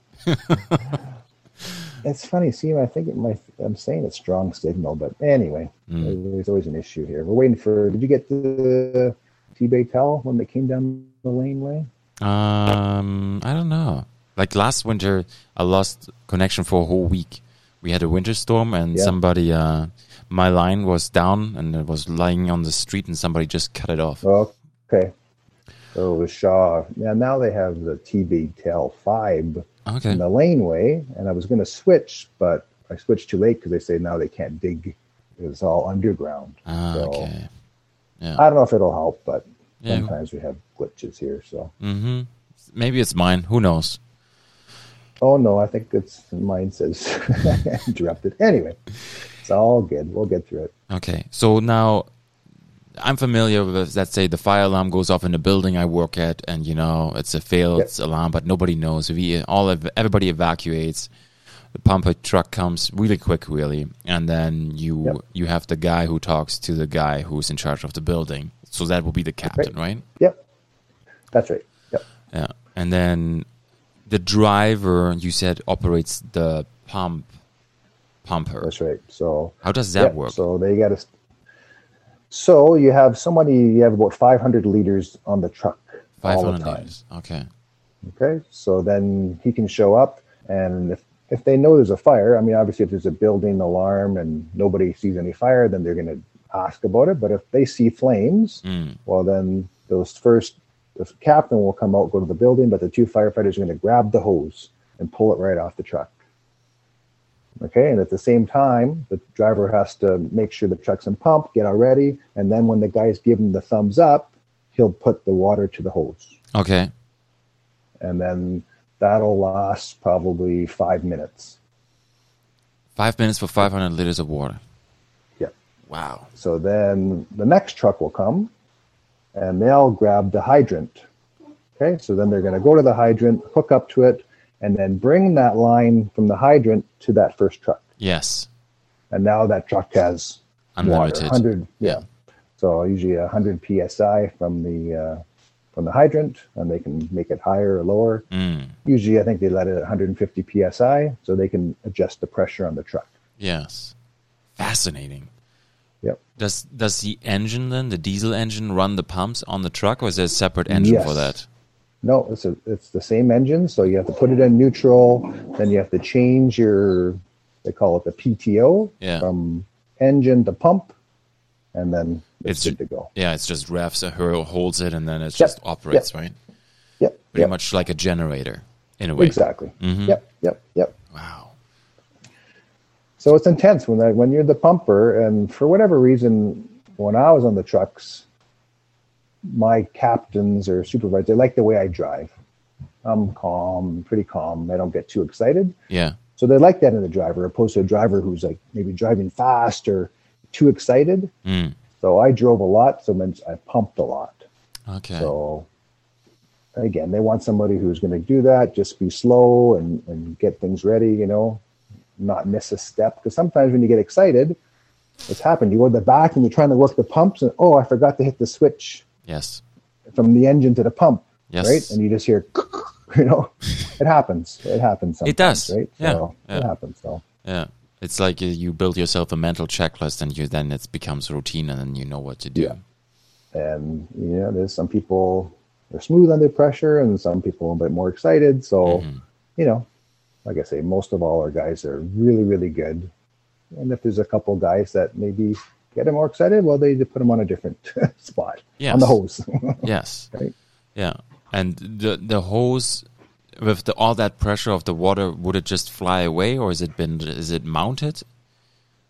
S2: it's funny. See, I think it might, I'm saying it's strong signal, but anyway,
S1: Mm.
S2: there's always an issue here. We're waiting for. Did you get the T Baytel when they came down the laneway?
S1: Um, I don't know. Like last winter, I lost connection for a whole week. We had a winter storm, and
S2: Yeah.
S1: somebody, uh, my line was down, and it was lying on the street, and somebody just cut it off.
S2: Okay. So it was Shaw. Now, now they have the T Baytel 5
S1: Okay.
S2: in the laneway, and I was going to switch, but I switched too late because they say now they can't dig. It's all underground.
S1: Ah,
S2: So-
S1: okay.
S2: I don't know if it'll help, but
S1: Yeah.
S2: sometimes we have glitches here. So,
S1: Mm-hmm. Maybe it's mine. Who knows?
S2: [LAUGHS] oh no, I think it's mine says interrupted. Anyway, It's all good. We'll get through it.
S1: Okay, so now I'm familiar with, let's say, the fire alarm goes off in the building I work at, and you know it's a failed alarm, but nobody knows. We all ev- everybody evacuates. The pumper truck comes really quick, really, and then you
S2: Yep.
S1: you have the guy who talks to the guy who's in charge of the building. So that will be the captain, right?
S2: Yep. That's right. Yep.
S1: Yeah, and then the driver you said operates the pump pumper.
S2: That's right. So
S1: How does that
S2: Yeah,
S1: work?
S2: So they got to. So you have somebody. You have about 500 liters on the truck
S1: Five
S2: all the
S1: hundred
S2: time.
S1: liters. Okay.
S2: Okay. So then he can show up, and if if they know there's a fire, I mean, obviously, if there's a building alarm and nobody sees any fire, then they're going to ask about it. But if they see flames,
S1: Mm.
S2: well, then those first the captain will come out, go to the building, but the two firefighters are going to grab the hose and pull it right off the truck. Okay, and at the same time, the driver has to make sure the truck's in pump, get all ready, and then when the guys give him the thumbs up, he'll put the water to the hose,
S1: Okay.
S2: and then that'll last probably five minutes.
S1: Five minutes for 500 liters of water.
S2: Yeah.
S1: Wow.
S2: So then the next truck will come and they'll grab the hydrant. Okay, so then they're going to go to the hydrant, hook up to it, and then bring that line from the hydrant to that first truck.
S1: Yes.
S2: And now that truck has
S1: Unlimited.
S2: water, 100, yeah. So usually 100 psi from the uh, from the hydrant, and they can make it higher or lower.
S1: Mm.
S2: Usually, I think they let it at 150 psi, so they can adjust the pressure on the truck.
S1: Yes. Fascinating.
S2: Yep.
S1: Does does the engine then, the diesel engine, run the pumps on the truck, or is there a separate engine for
S2: Yes.
S1: that?
S2: No, it's a, it's the same engine, so you have to put it in neutral. Then you have to change your they call it the PTO
S1: Yeah.
S2: from engine to pump, and then
S1: It's-
S2: it's, good to go.
S1: Yeah, it's just revs, a hero holds it, and then it
S2: Yep.
S1: just operates,
S2: Yep.
S1: right?
S2: Yep,
S1: Pretty
S2: yep,
S1: much like a generator in a way. Mm-hmm.
S2: exactly. Yep, yep, yep.
S1: Wow.
S2: So it's intense when I, when you're the pumper, and for whatever reason, when I was on the trucks, my captains or supervisors they like the way I drive. I'm calm, pretty calm. I don't get too excited.
S1: Yeah.
S2: So they like that in the driver, opposed to a driver who's like maybe driving fast or too excited.
S1: Mm.
S2: So I drove a lot, so it meant I pumped a lot.
S1: Okay.
S2: So again, they want somebody who's going to do that, just be slow and, and get things ready, you know, not miss a step. Because sometimes when you get excited, it's happened. You go to the back and you're trying to work the pumps, and oh, I forgot to hit the switch
S1: yes.
S2: from the engine to the pump,
S1: Yes.
S2: right? And you just hear, [LAUGHS] you know, it happens. It happens. Sometimes,
S1: It does.
S2: right?
S1: Yeah.
S2: So
S1: Yeah.
S2: it happens. So.
S1: Yeah. It's like uh, you- you build yourself a mental checklist, and you then it becomes routine, and then you know what to do.
S2: Yeah. and you know there's some people are smooth under pressure and some people a bit more excited so
S1: Mm-hmm.
S2: you know like i say most of all our guys are really really good and if there's a couple guys that maybe get them more excited well they put them on a different [LAUGHS] spot on
S1: Yes.
S2: the hose [LAUGHS]
S1: Yes.
S2: Right?
S1: Yeah. And the the hose with the, all that pressure of the water, would it just fly away, or is it been is it mounted?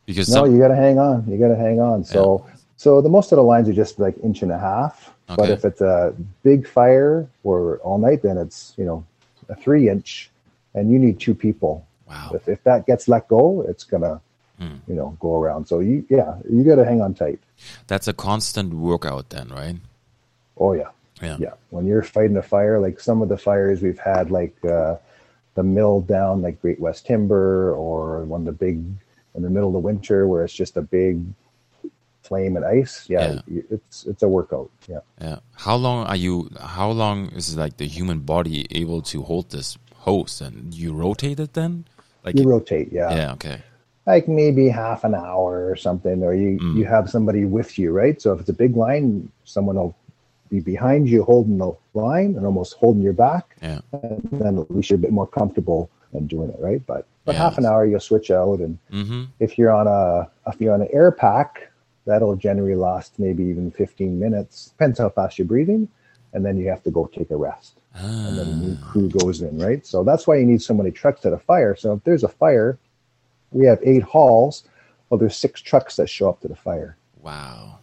S1: Because
S2: no
S1: some,
S2: you got to hang on you got to hang on so so the most of the lines are just like inch and a half but
S1: Okay.
S2: if it's a big fire or all night then it's you know a three inch and you need two people
S1: wow,
S2: if, if that gets let go, it's gonna,
S1: Hmm.
S2: you know, go around. So you, yeah, you got to hang on tight.
S1: that's a constant workout then, right?
S2: Oh yeah,
S1: Yeah.
S2: yeah. When you're fighting a fire, like some of the fires we've had, like uh, the mill down, like Great West Timber, or one of the big in the middle of the winter where it's just a big flame and ice. Yeah, y it's it's a workout. Yeah.
S1: Yeah. How long are you? How long is like the human body able to hold this hose? And you rotate it then? Like
S2: You rotate, yeah.
S1: yeah, okay,
S2: like maybe half an hour or something, or you
S1: Mm.
S2: you have somebody with you, right? So if it's a big line, someone will be behind you holding the line and almost holding your back,
S1: yeah,
S2: and then at least you're a bit more comfortable in doing it, right? But but
S1: Yeah.
S2: half an hour you'll switch out, and
S1: mm-hmm.
S2: if you're on a if you're on an air pack, that'll generally last maybe even 15 minutes. Depends how fast you're breathing, and then you have to go take a rest and
S1: Uh.
S2: then a new crew goes in, right? So that's why you need so many trucks at a fire. So if there's a fire, we have eight halls. Well, there's six trucks that show up to the fire
S1: [GASPS] wow,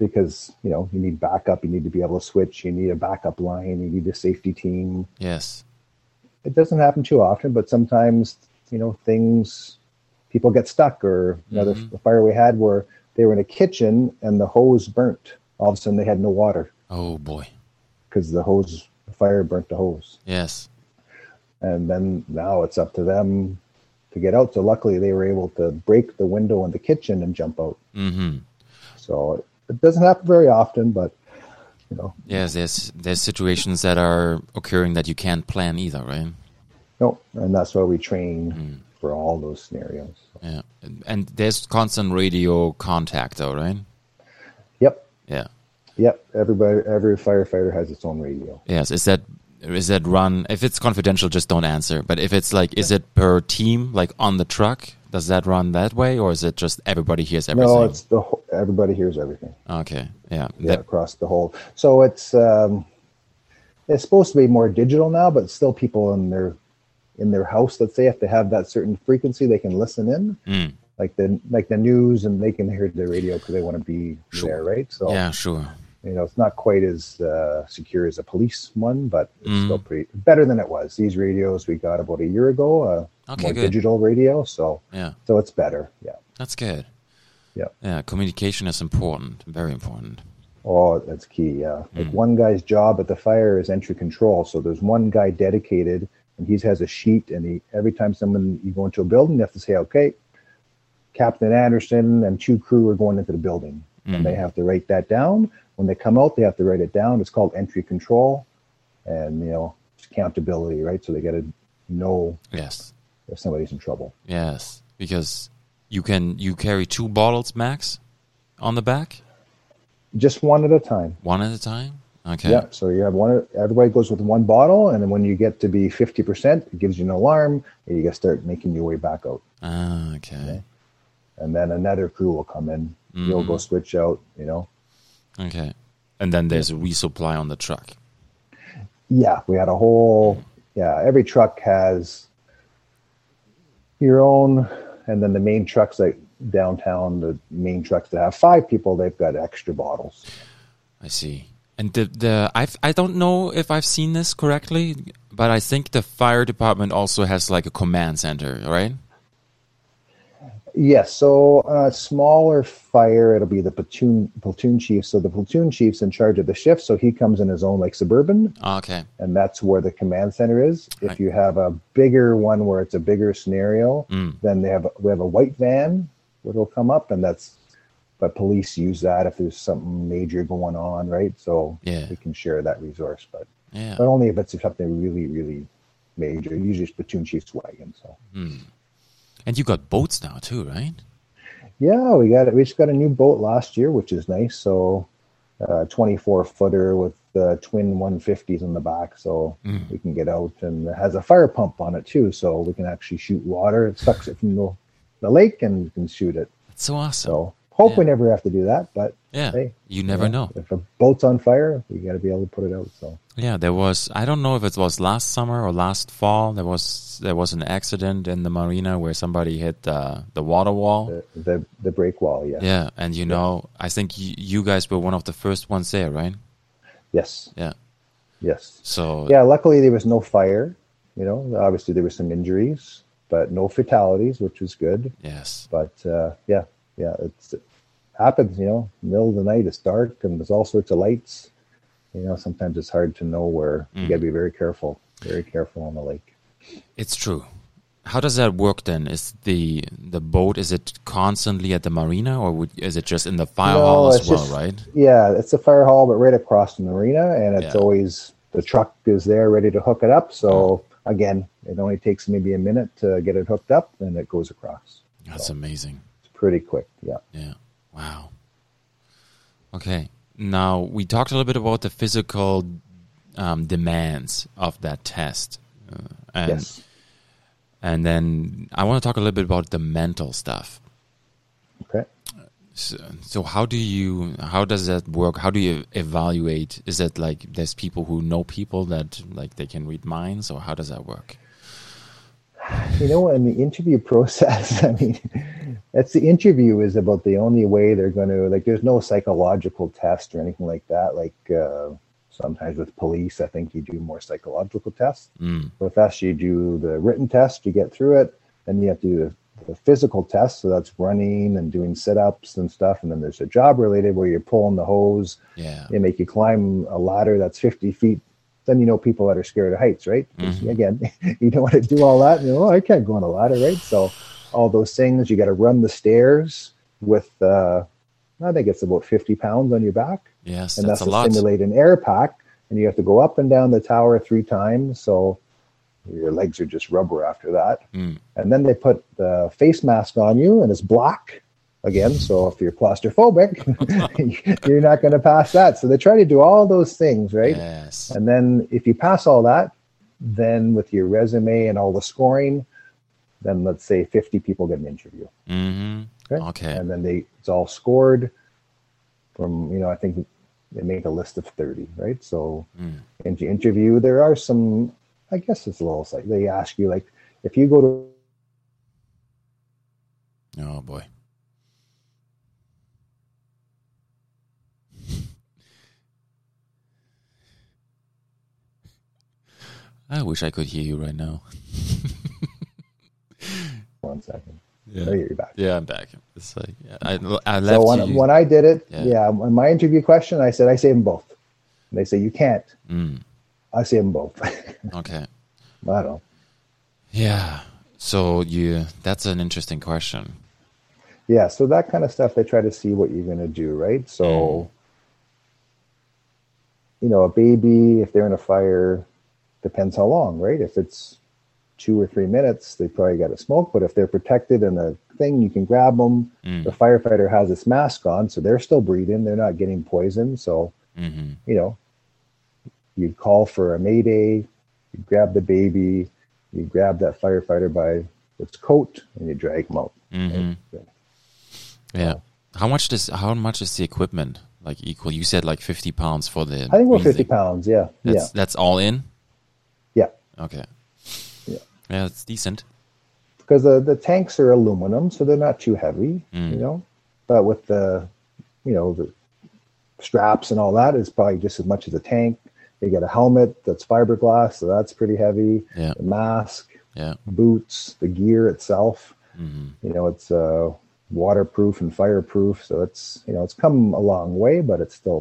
S2: because you know you need backup. You need to be able to switch. You need a backup line. You need a safety team.
S1: yes,
S2: It doesn't happen too often, but sometimes you know things people get stuck. Or another
S1: Mhm.
S2: f- fire we had where they were in a kitchen and the hose burnt. All of a sudden, they had no water
S1: Oh boy.
S2: because the hose the fire burnt the hose.
S1: Yes.
S2: And then now it's up to them to get out. So luckily, they were able to break the window in the kitchen and jump out.
S1: Mm-hmm.
S2: So it doesn't happen very often, but you know,
S1: Yes, there's there's situations that are occurring that you can't plan either, right?
S2: no, and that's why we train for all those scenarios.
S1: Yeah. And, and there's constant radio contact though, right?
S2: Yep,
S1: Yeah.
S2: yep. Everybody, every firefighter has its own radio.
S1: Yes. Is that is that run if it's confidential just don't answer. But if it's like is it per team, like on the truck, does that run that way or is it just everybody hears everything?
S2: No, it's the whole, everybody hears everything
S1: okay. Yeah.
S2: yeah,
S1: That-
S2: across the whole. So it's um, it's supposed to be more digital now, but still people in their in their house, let's say, if they have that certain frequency, they can listen in.
S1: mm,
S2: like the like the news and they can hear the radio because they want to be
S1: Sure.
S2: there right so
S1: yeah, sure.
S2: you know it's not quite as uh, secure as a police one but it's
S1: Mm.
S2: still pretty better than it was these radios we got about a year ago uh,
S1: Okay,
S2: more
S1: good.
S2: digital radio so
S1: Yeah.
S2: so it's better yeah
S1: That's good.
S2: Yeah.
S1: Yeah, communication is important, very important.
S2: oh that's key yeah like one guy's job at the fire is entry control so there's one guy dedicated and he has a sheet and he every time someone you go into a building you have to say okay captain anderson and two crew are going into the building
S1: Mm.
S2: and they have to write that down. When they come out, they have to write it down. It's called entry control, and you know it's accountability, right? So they got to know
S1: Yes.
S2: if somebody's in trouble.
S1: Yes, because you can you carry two bottles max on the back,
S2: Just one at a time.
S1: one at a time. Okay.
S2: Yeah. So you have one. Everybody goes with one bottle, and then when you get to be fifty percent, it gives you an alarm, and you got to start making your way back out.
S1: Ah, okay.
S2: And then another crew will come in. You'll go switch out. You know.
S1: Okay. And then there's a resupply on the truck.
S2: Yeah, we had a whole. Yeah, every truck has your own, and then the main trucks like downtown, the main trucks that have five people, they've got extra bottles.
S1: I see. And the the I've I don't know if I've seen this correctly, but I think the fire department also has like a command center, right?
S2: Yes, so a smaller fire, it'll be the platoon platoon chief. So the platoon chief's in charge of the shift, so he comes in his own like suburban,
S1: Ah, Okay.
S2: and that's where the command center is.
S1: Right.
S2: If you have a bigger one where it's a bigger scenario,
S1: Mm.
S2: then they have we have a white van that'll come up, and that's but police use that if there's something major going on, right? So
S1: Yeah.
S2: we can share that resource, but
S1: Yeah.
S2: but only if it's something really really major. Usually it's platoon chief's wagon. So
S1: And you got boats now too, right?
S2: yeah, we got it. We just got a new boat last year, which is nice. So. Uh, 24 footer with the twin 150s in the back, so
S1: Mm.
S2: we can get out and it has a fire pump on it too, so we can actually shoot water. It sucks it from the, the lake and we can shoot it.
S1: That's so awesome.
S2: So hope we never have to do that, but
S1: yeah.
S2: hey,
S1: you never
S2: yeah,
S1: know.
S2: If a boat's on fire, you got to be able to put it out. So
S1: Yeah, there was. I don't know if it was last summer or last fall. There was there was an accident in the marina where somebody hit uh, the water wall.
S2: the the, the break wall, yeah.
S1: yeah, and you know, I think you, you guys were one of the first ones there, right?
S2: Yes,
S1: Yeah.
S2: yes,
S1: So
S2: yeah. Luckily, there was no fire. You know, obviously there were some injuries, but no fatalities, which was good.
S1: yes,
S2: But uh, yeah, yeah, it's, it happens. You know, middle of the night, it's dark, and there's all sorts of lights. You know, sometimes it's hard to know where. You
S1: Mm.
S2: got to be very careful, very careful on the lake.
S1: it's true. How does that work then? Is the the boat is it constantly at the marina or would, is it just in the fire
S2: No,
S1: hall as
S2: it's
S1: well?
S2: just-
S1: right?
S2: Yeah, it's a fire hall, but right across from the arena, and it's
S1: Yeah. Mm.
S2: always the truck is there ready to hook it up. So again, it only takes maybe a minute to get it hooked up, and it goes across.
S1: That's amazing.
S2: It's pretty quick. Yeah.
S1: Yeah. Wow. Okay. Now we talked a little bit about the physical um, demands of that test, uh, and
S2: yes.
S1: and then I want to talk a little bit about the mental stuff.
S2: Okay.
S1: So, so how do you? How does that work? How do you evaluate? Is it like there's people who know people that like they can read minds, or how does that work?
S2: You know, in the interview [LAUGHS] process, I mean, that's the interview is about the only way they're going to like. There's no psychological test or anything like that. Like uh, sometimes with police, I think you do more psychological tests.
S1: Mm,
S2: with us you do the written test you get through it then you have to do the, the physical test, so that's running and doing sit ups and stuff. And then there's a job related where you're pulling the hose.
S1: Yeah.
S2: They make you climb a ladder that's 50 feet. Then you know people that are scared of heights, right? 'Cause
S1: Mhm.
S2: Again, [LAUGHS] you don't want to do all that. You know, "Oh, I can't go on a ladder, right? So all those things, you got to run the stairs with, uh, I think it's about 50 pounds on your back
S1: Yes,
S2: and
S1: that's,
S2: that's,
S1: a lot.
S2: to simulate an air pack. And you have to go up and down the tower three times, so your legs are just rubber after that.
S1: Mm.
S2: And then they put the face mask on you, and it's black again. So if you're
S1: [LAUGHS]
S2: claustrophobic, [LAUGHS] you're not going to pass that. So they try to do all those things, right?
S1: Yes.
S2: And then if you pass all that, then with your resume and all the scoring, then let's say 50 people get an interview
S1: hmm
S2: Okay.
S1: Okay.
S2: and then they it's all scored from you know i think they make a list of 30 right so
S1: Mm.
S2: in the interview there are some i guess it's a little like they ask you like if you go to
S1: Oh boy. I wish I could hear you right now.
S2: one second there
S1: Yeah.
S2: you're back
S1: Yeah, I'm back. It's like yeah, I, I left
S2: so when,
S1: you.
S2: when i did it
S1: Yeah.
S2: yeah. in my interview question i said i say them both and they say you can't
S1: Mm,
S2: i say them both [LAUGHS] i
S1: okay.
S2: don't know
S1: Yeah. So you that's an interesting question.
S2: yeah so that kind of stuff they try to see what you're going to do right so you know a baby if they're in a fire depends how long right if it's two or three minutes they probably got to smoke but if they're protected in a thing you can grab them the
S1: Mm,
S2: firefighter has its mask on so they're still breathing they're not getting poisoned so
S1: mhm.
S2: you know you'd call for a mayday you grab the baby you grab that firefighter by its coat and you drag him out
S1: Mhm. Yeah. How much does how much is the equipment like equal? You said like fifty pounds for the.
S2: i think we're
S1: wings
S2: 50
S1: thing.
S2: pounds yeah
S1: That's
S2: yeah
S1: that's all in.
S2: yeah
S1: Okay.
S2: Yeah.
S1: Yeah, it's decent.
S2: because the, the tanks are aluminum, so they're not too heavy,
S1: Mm.
S2: you know. But with the, you know, the straps and all that is probably just as much as a tank. You got a helmet that's fiberglass, so that's pretty heavy.
S1: Yeah.
S2: The mask,
S1: Yeah.
S2: boots, the gear itself,
S1: hmm
S2: you know, it's uh, waterproof and fireproof, so it's you know it's come a long way, but it's still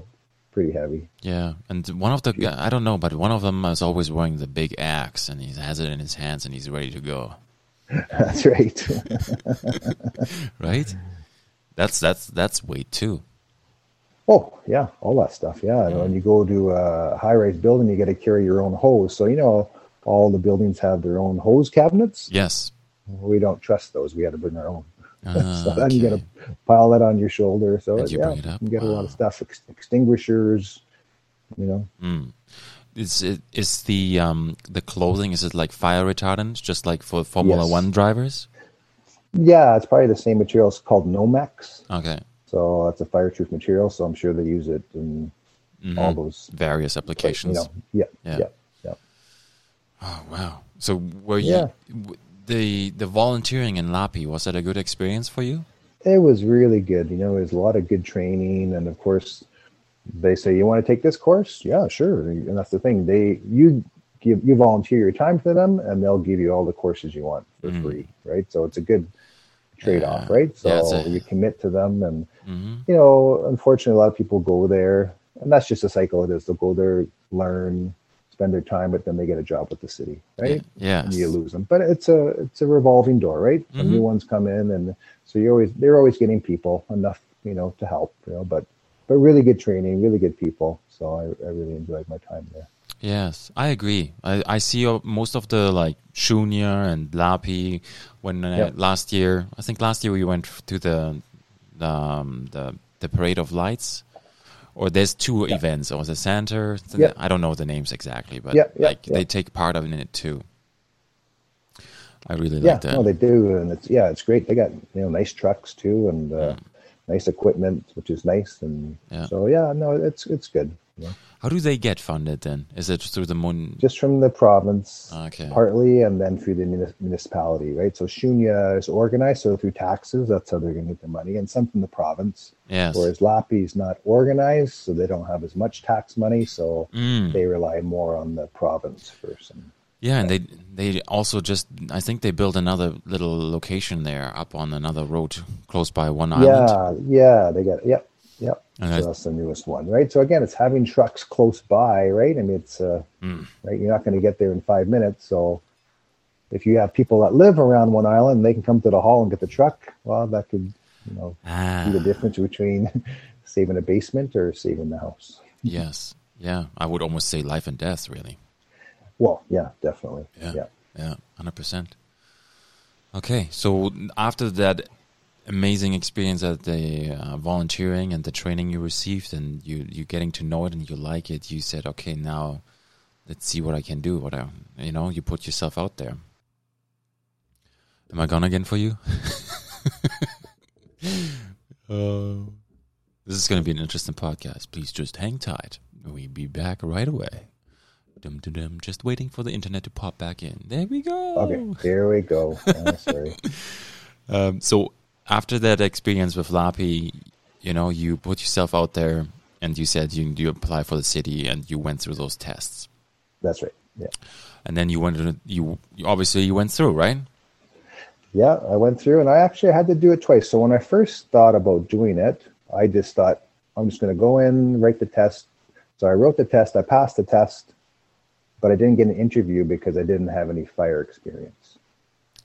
S2: pretty heavy. [LAUGHS]
S1: Yeah, and one of the gu- I don't know, but one of them is always wearing the big axe, and he has it in his hands, and he's ready to go. [LAUGHS]
S2: that's right.
S1: Right? That's that's that's weight too.
S2: Oh yeah, all that stuff. Yeah, and when you go to a high-rise building, you got to carry your own hose. So you know, all the buildings have their own hose cabinets.
S1: Yes.
S2: We don't trust those. We got to bring our own. [LAUGHS]
S1: Ah,
S2: so [LAUGHS] then you got
S1: okay.
S2: to pile that on your shoulder. So
S1: And you
S2: yeah,
S1: bring it up?
S2: you get a lot
S1: Wow.
S2: of stuff, ex- extinguishers. You know,
S1: Mm. Is it is the um the clothing? Is it like fire retardant, just like for Formula
S2: Yes.
S1: One drivers?
S2: yeah, it's probably the same material. It's called Nomex.
S1: Okay.
S2: So that's a fireproof material. So I'm sure they use it in
S1: Mhm.
S2: all those.
S1: Various
S2: Like, you
S1: applications.
S2: know, yeah,
S1: Yeah.
S2: yeah, yeah. yeah.
S1: Oh wow! So were you
S2: Yeah.
S1: w- the the volunteering in Lapi? Was that a good experience for you?
S2: it was really good. You know, there's a lot of good training, and of course, they say you want to take this course. Yeah, sure. And that's the thing. They you give you volunteer your time for them, and they'll give you all the courses you want for
S1: Mhm.
S2: free, right? So it's a good trade off,
S1: Yeah.
S2: right? So
S1: Yeah, it's a-
S2: you commit to them, and
S1: hmm
S2: you know, unfortunately, a lot of people go there, and that's just a cycle. It is they'll go there, learn, spend their time, but then they get a job with the city, right?
S1: Yeah.
S2: and you lose them. But it's a it's a revolving door, right? The
S1: Mhm.
S2: new ones come in, and so you're always they're always getting people enough, you know, to help, you know. But but really good training, really good people. So I, I really enjoyed my time there.
S1: Yes, I agree. I, I see uh, most of the like Shunya and Lapi when uh,
S2: Yep.
S1: last year. I think last year we went to the um, the the parade of lights, or there's two events. Or the center.
S2: Yep.
S1: I don't know the names exactly, but
S2: Yep, yep,
S1: like they
S2: yep.
S1: take part of in it too. I really
S2: yeah,
S1: like that.
S2: no, they do, and it's yeah, it's great. They got you know nice trucks too, and uh, nice equipment, which is nice. And
S1: Yeah.
S2: so yeah, no, it's it's good. you know.
S1: How do they get funded then? Is it through the moon?
S2: Just from the province,
S1: Okay.
S2: partly, and then through the muni- municipality, right? So Shunya is organized, so through taxes, that's how they're going to get their money, and some from the province.
S1: yes.
S2: Whereas Lappy's not organized, so they don't have as much tax money, so
S1: Mm.
S2: they rely more on the province for some
S1: Yeah, and they they also just I think they built another little location there up on another road close by one island.
S2: Yeah, yeah, they got yep, yep.
S1: And
S2: So
S1: I-
S2: that's the newest one, right? So again, it's having trucks close by, right? I mean, it's uh,
S1: Mm.
S2: right. You're not going to get there in five minutes, so if you have people that live around one island, they can come to the hall and get the truck. Well, that could, you know, be the
S1: Ah,
S2: difference between [LAUGHS] saving a basement or saving the house.
S1: Ah, yes. Yeah, I would almost say life and death, really.
S2: Well, yeah, definitely.
S1: Yeah.
S2: yeah.
S1: Yeah, 100%. Okay, so after that amazing experience at the uh, volunteering and the training you received and you you getting to know it and you like it, you said, "Okay, now let's see what I can do." What I, you know, you put yourself out there. Am I gone again for you? [LAUGHS] Oh. this is going to be an interesting podcast. Please just hang tight. We'll be back right away. Dum dum dum. Just waiting for the internet to pop back in. There we go.
S2: Okay, there
S1: [LAUGHS]
S2: we go. Oh, sorry.
S1: Um, so after that experience with Lapi, you know, you put yourself out there and you said you you apply for the city and you went through those tests.
S2: That's right. Yeah.
S1: And then you went to, you, you obviously you went through, right?
S2: Yeah, I went through and I actually had to do it twice. So when I first thought about doing it, I just thought, I'm just going to go in, write the test. So I wrote the test, I passed the test, but I didn't get an interview because I didn't have any fire experience.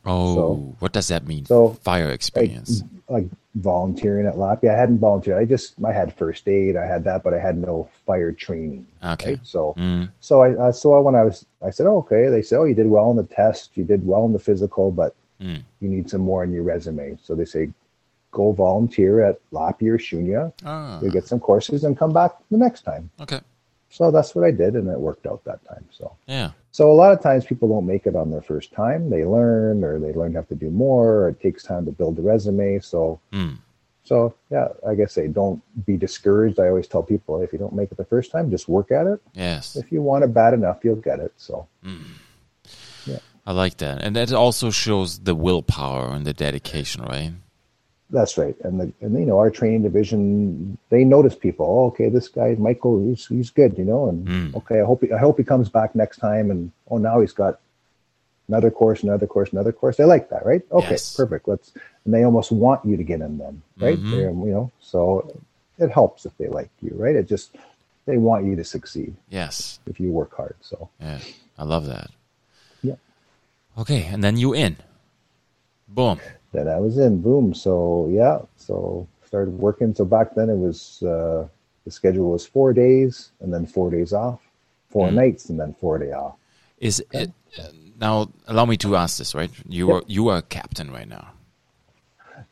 S1: Oh,
S2: So-
S1: what does that mean?
S2: so,
S1: fire experience.
S2: Like volunteering at LAPI, I hadn't volunteered. I just, I had first aid, I had that, but I had no fire training.
S1: okay.
S2: Right. So,
S1: Mm,
S2: so I, I saw when I was, I said, oh, okay. They said, oh, you did well in the test, you did well in the physical, but
S1: Mm.
S2: you need some more in your resume. So they say, go volunteer at Lapi or Shunya,
S1: ah,
S2: you get some courses, and come back the next time.
S1: okay.
S2: So that's what I did, and it worked out that time. So,
S1: Yeah.
S2: so a lot of times people don't make it on their first time. They learn, or they learn to have to do more, or it takes time to build a resume. So,
S1: Mm,
S2: so yeah, I guess they don't be discouraged. I always tell people if you don't make it the first time, just work at it.
S1: yes.
S2: If you want it bad enough, you'll get it. So.
S1: I like that. And that also shows the willpower and the dedication, right?
S2: That's right, and the and you know our training division they notice people. Oh, okay, this guy Michael, he's he's good, you know, and
S1: Mm.
S2: okay, I hope he, I hope he comes back next time. And oh, now he's got another course, another course, another course. They like that, right? Okay,
S1: Yes.
S2: perfect. Let's and they almost want you to get in then, right?
S1: Mhm.
S2: They're, You know, so it helps if they like you, right? It just they want you to succeed
S1: Yes.
S2: if you work hard. So
S1: Yeah. I love that.
S2: Yeah.
S1: Okay. And then you in. Boom.
S2: that I was in. Boom. So yeah, so started working. So back then it was uh, the schedule was four days and then four days off, four
S1: Mm-hmm.
S2: nights and then four day off.
S1: Is it uh, now? Allow me to ask this, right? You are you are a captain right now.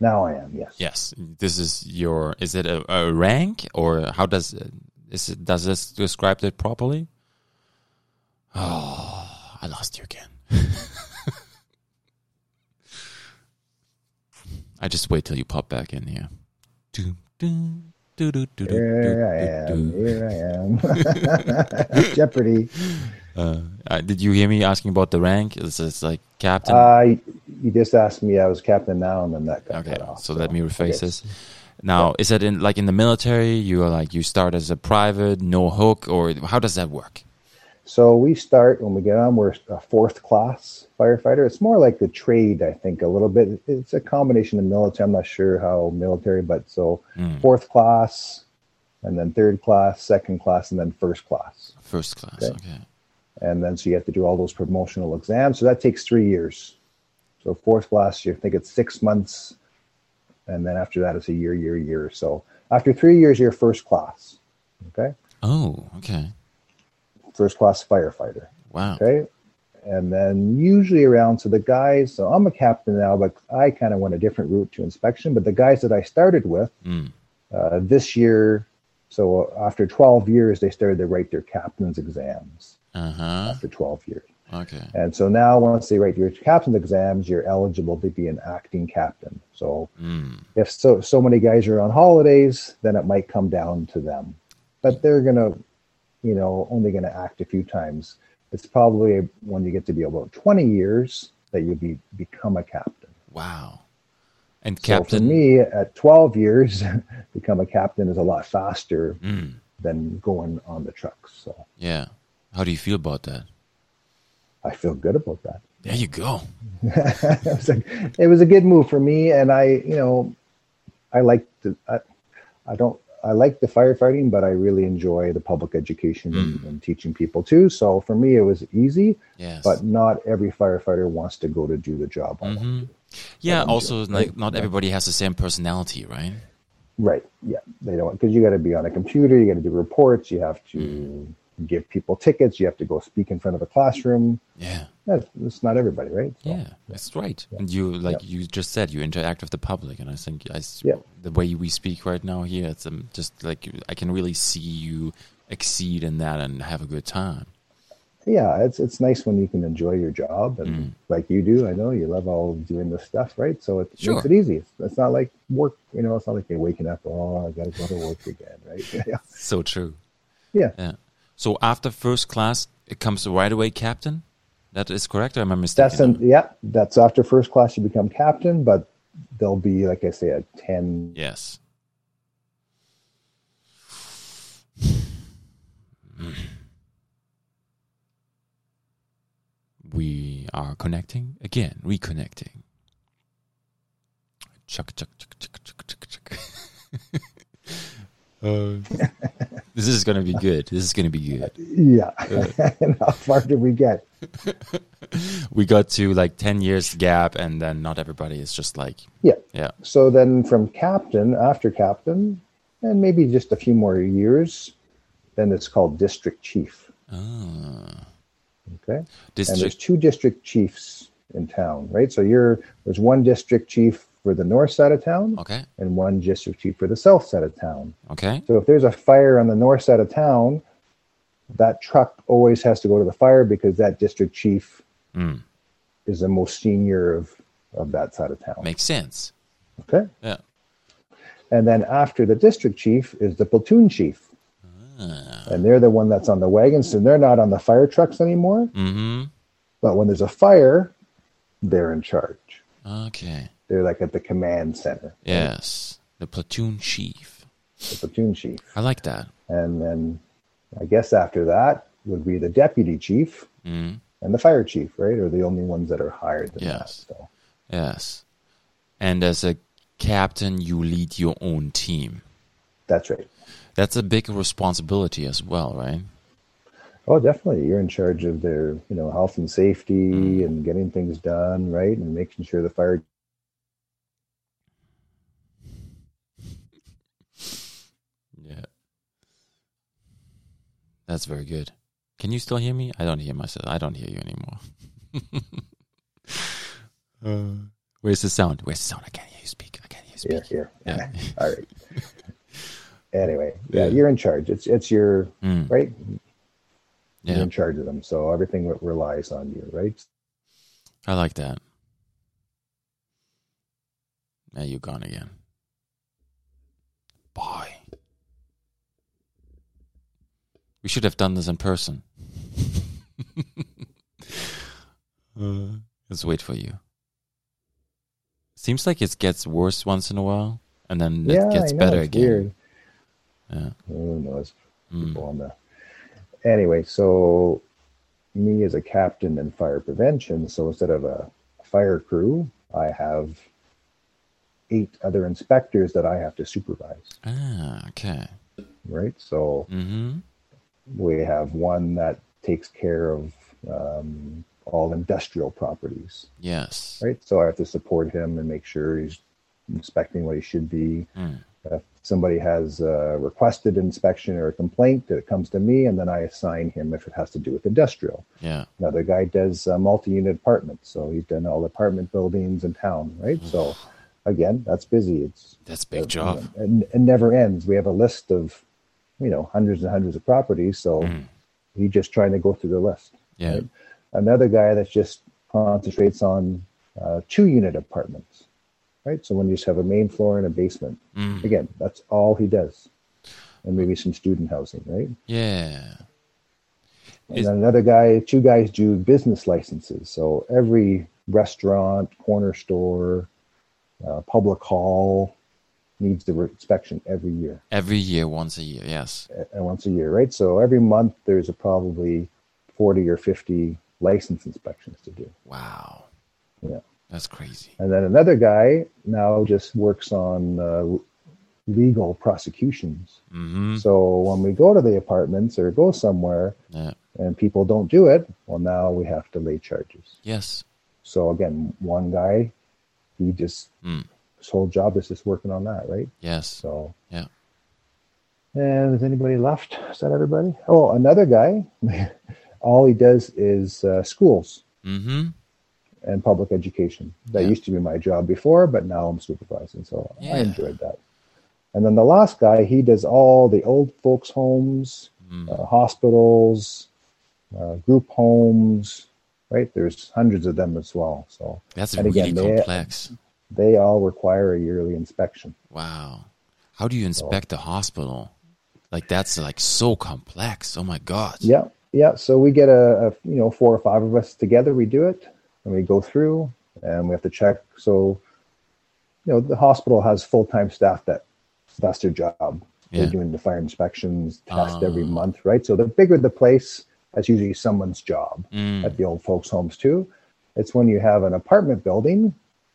S2: Now I am. Yes.
S1: Yes, this is your. Is it a, a rank or how does it- is it? Does this describe it properly? Oh, I lost you again. [LAUGHS] I just wait till you pop back in here. Doo, doo, doo, doo, doo, doo,
S2: Here
S1: doo,
S2: I
S1: doo,
S2: am.
S1: doo.
S2: Here I
S1: [LAUGHS]
S2: am. [LAUGHS] Jeopardy.
S1: Uh, uh, did you hear me asking about the rank? It's, it's like captain.
S2: Uh, you just asked me. I was captain now, and then that got
S1: Okay,
S2: cut off.
S1: so let me rephrase
S2: okay.
S1: this. Now, is that in like in the military? You are like you start as a private, no hook, or how does that work?
S2: So we start when we get on. We're a fourth class firefighter. It's more like the trade, I think, a little bit. It's a combination of military. I'm not sure how military, but so fourth class, and then third class, second class, and then first class,
S1: First class, okay.
S2: Okay. and then so you have to do all those promotional exams. So that takes three years. So fourth class, you think it's six months, and then after that, it's a year, year, year. So after three years, you're first class. Okay,
S1: Oh, okay.
S2: first class firefighter.
S1: Wow.
S2: Okay. And then usually around, so the guys, so I'm a captain now, but I kind of went a different route to inspection. But the guys that I started with
S1: Mm.
S2: uh, this year, so after 12 years, they started to write their captain's exams
S1: Uh huh.
S2: after 12 years.
S1: Okay.
S2: And so now, once they write your captain's exams, you're eligible to be an acting captain. So
S1: Mm.
S2: if so, so many guys are on holidays, then it might come down to them. But they're gonna, you know, only gonna act a few times. It's probably when you get to be about twenty years that you'll be become a captain.
S1: Wow. And
S2: So for
S1: captain.
S2: me, at twelve years, [LAUGHS] become a captain is a lot faster
S1: Mm,
S2: than going on the trucks. So
S1: yeah. How do you feel about that?
S2: I feel good about that.
S1: There you go.
S2: [LAUGHS] it, was like, it was a good move for me, and I, you know, I like the, I, I don't, I like the firefighting, but I really enjoy the public
S1: Hmm.
S2: education and, and teaching people too. So for me, it was easy,
S1: Yes. Hmm.
S2: but not every firefighter wants to go to do the job. I want.
S1: Mm-hmm. yeah. Also, like not everybody has the same personality, right?
S2: Right? Yeah, they don't because you got to be on a computer, you got to do reports, you have to
S1: Hmm.
S2: give people tickets, you have to go speak in front of a classroom.
S1: Yeah.
S2: That's, that's not everybody, right? So-
S1: Yeah, that's right. And you, like you just said, you interact with the public, and I think I, s-
S2: Yeah.
S1: the way we speak right now here, it's um, just like I can really see you exceed in that and have a good time.
S2: yeah, it's it's nice when you can enjoy your job and
S1: Mm.
S2: like you do. I know you love all doing this stuff, right? So it
S1: Sure.
S2: makes it easy. It's, it's not like work, you know. It's not like you're waking up. Oh, I got to go to work again, right? [LAUGHS] yeah,
S1: So true.
S2: yeah.
S1: Yeah. So after first class, it comes right away, captain. That is correct, or am I mistaken?
S2: That's an, yeah. That's after first class, you become captain, but there'll be like I say a ten.
S1: yes. We are connecting again, reconnecting. Chuck, chuck, chuck, chuck, chuck, chuck, [LAUGHS] chuck. Uh, this is going to be good. This is going to be good.
S2: Yeah. [LAUGHS] and how far did we get?
S1: we got to like 10 years gap and then not everybody is just like
S2: Yeah.
S1: yeah
S2: So then from captain after captain, and maybe just a few more years, then it's called district chief.
S1: Ah.
S2: Okay. and there's
S1: district
S2: two district chiefs in town, right? So you're there's one district chief for the north side of town
S1: okay
S2: and one district chief for the south side of town.
S1: okay
S2: So if there's a fire on the north side of town, that truck always has to go to the fire because that district chief
S1: Hmm.
S2: is the most senior of of that side of town.
S1: makes sense
S2: Okay.
S1: yeah
S2: And then after the district chief is the platoon chief.
S1: Ah.
S2: And they're the one that's on the wagons, and they're not on the fire trucks anymore.
S1: mm-hmm
S2: But when there's a fire, they're in charge.
S1: okay
S2: they're like at the command center,
S1: yes the platoon chief
S2: the platoon chief.
S1: i like that
S2: And then I guess after that would be the deputy chief
S1: mm.
S2: and the fire chief, right? Are the only ones that are hired. Than
S1: Yes.
S2: That, so.
S1: yes and as a captain you lead your own team
S2: That's right.
S1: that's a big responsibility as well right
S2: Oh, definitely. You're in charge of their, you know, health and safety
S1: Mm.
S2: and getting things done, right? And making sure the fire
S1: yeah that's very good can you still hear me i don't hear myself i don't hear you [LAUGHS] anymore Uh, Where's the sound? Where's the sound? I can't hear you speak. I can't hear you speak.
S2: here,
S1: Yeah.
S2: here. [LAUGHS] All right. anyway, yeah,
S1: Yeah.
S2: you're in charge. It's it's your
S1: Mm,
S2: right. You're
S1: yeah,
S2: in charge of them, so everything re- relies on you, right?
S1: I like that. Now you're gone again. Bye. We should have done this in person. [LAUGHS] uh, let's wait for you. Seems like it gets worse once in a while, and then it
S2: yeah,
S1: gets
S2: I know,
S1: better
S2: it's
S1: again.
S2: Weird.
S1: Yeah.
S2: Who knows?
S1: Mm.
S2: people on the anyway so me as a captain in fire prevention so instead of a fire crew i have eight other inspectors that i have to supervise
S1: Ah, okay.
S2: right so
S1: Mm-hmm.
S2: we have one that takes care of um, all industrial properties
S1: Yes.
S2: right so i have to support him and make sure he's inspecting what he should be
S1: Mm.
S2: if somebody has a requested inspection or a complaint that it comes to me and then i assign him if it has to do with industrial
S1: Yeah.
S2: another guy does uh, multi-unit apartments so he's done all apartment buildings in town right so again that's busy it's uh,
S1: That's a big job.
S2: and it never ends we have a list of you know hundreds and hundreds of properties so
S1: Hmm.
S2: he's just trying to go through the list
S1: Yeah.
S2: another guy that just concentrates on uh, two unit apartments right so when you just have a main floor and a basement
S1: Mm.
S2: again that's all he does and maybe some student housing right
S1: Yeah.
S2: and
S1: Is-
S2: then another guy two guys do business licenses so every restaurant corner store uh, public hall needs the re- inspection every year
S1: Every year, once a year. Yes.
S2: uh, once a year right so every month there's a probably 40 or 50 license inspections to do.
S1: Wow.
S2: Yeah.
S1: That's crazy.
S2: And then another guy now just works on uh, legal prosecutions.
S1: Mm-hmm.
S2: So when we go to the apartments or go somewhere
S1: Yeah.
S2: and people don't do it, well, now we have to lay charges.
S1: Yes.
S2: So again, one guy, he just
S1: Mm.
S2: his whole job is just working on that, right?
S1: Yes.
S2: So
S1: Yeah.
S2: And is anybody left? Is that everybody? Oh, another guy. [LAUGHS] All he does is uh, schools
S1: Mm-hmm.
S2: and public education. That
S1: Yeah.
S2: used to be my job before, but now I'm supervising, so I
S1: Yeah.
S2: enjoyed that. And then the last guy, he does all the old folks' homes,
S1: Mm.
S2: uh, hospitals, uh, group homes. Right, there's hundreds of them as well. So
S1: That's
S2: and
S1: really
S2: again, they-
S1: complex.
S2: they all require a yearly inspection.
S1: Wow. How do you inspect the hospital? Like that's like so complex. Oh my god.
S2: Yeah, yeah. So we get a, a you know four or five of us together. We do it, and we go through, and we have to check. So, you know, the hospital has full time staff that that's their job.
S1: Yeah.
S2: They're doing the fire inspections test every
S1: Ah.
S2: month, right? So the bigger the place, that's usually someone's job
S1: Mm.
S2: at the old folks' homes too. It's when you have an apartment building,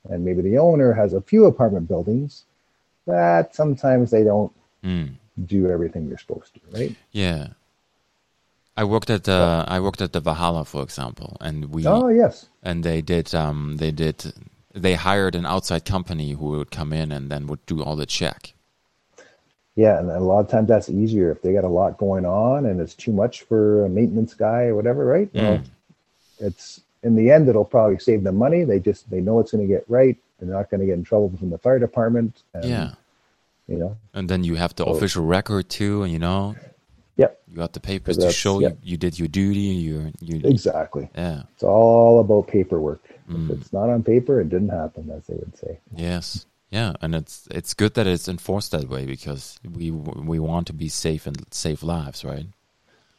S2: and maybe the owner has a few apartment buildings that sometimes they don't
S1: Mm.
S2: do everything you're supposed to, right?
S1: Yeah. I worked at the I worked at the Valhalla, for example, and we
S2: Oh yes,
S1: and they did um they did they hired an outside company who would come in and then would do all the check.
S2: Yeah, and a lot of times that's easier if they got a lot going on and it's too much for a maintenance guy or whatever, right?
S1: Mm.
S2: Well, it's in the end it'll probably save them money. They just they know it's going to get right. They're not going to get in trouble from the fire department. And,
S1: yeah.
S2: you know.
S1: And then you have the
S2: So-
S1: official record too, and you know
S2: Oh. Yep,
S1: you have the papers to
S2: That's-
S1: show
S2: yeah.
S1: you, you did your duty. You you
S2: exactly.
S1: yeah
S2: It's all about paperwork.
S1: Mm.
S2: If it's not on paper, it didn't happen, as they would say.
S1: yes yeah, and it's it's good that it's enforced that way because we we want to be safe and save lives, right?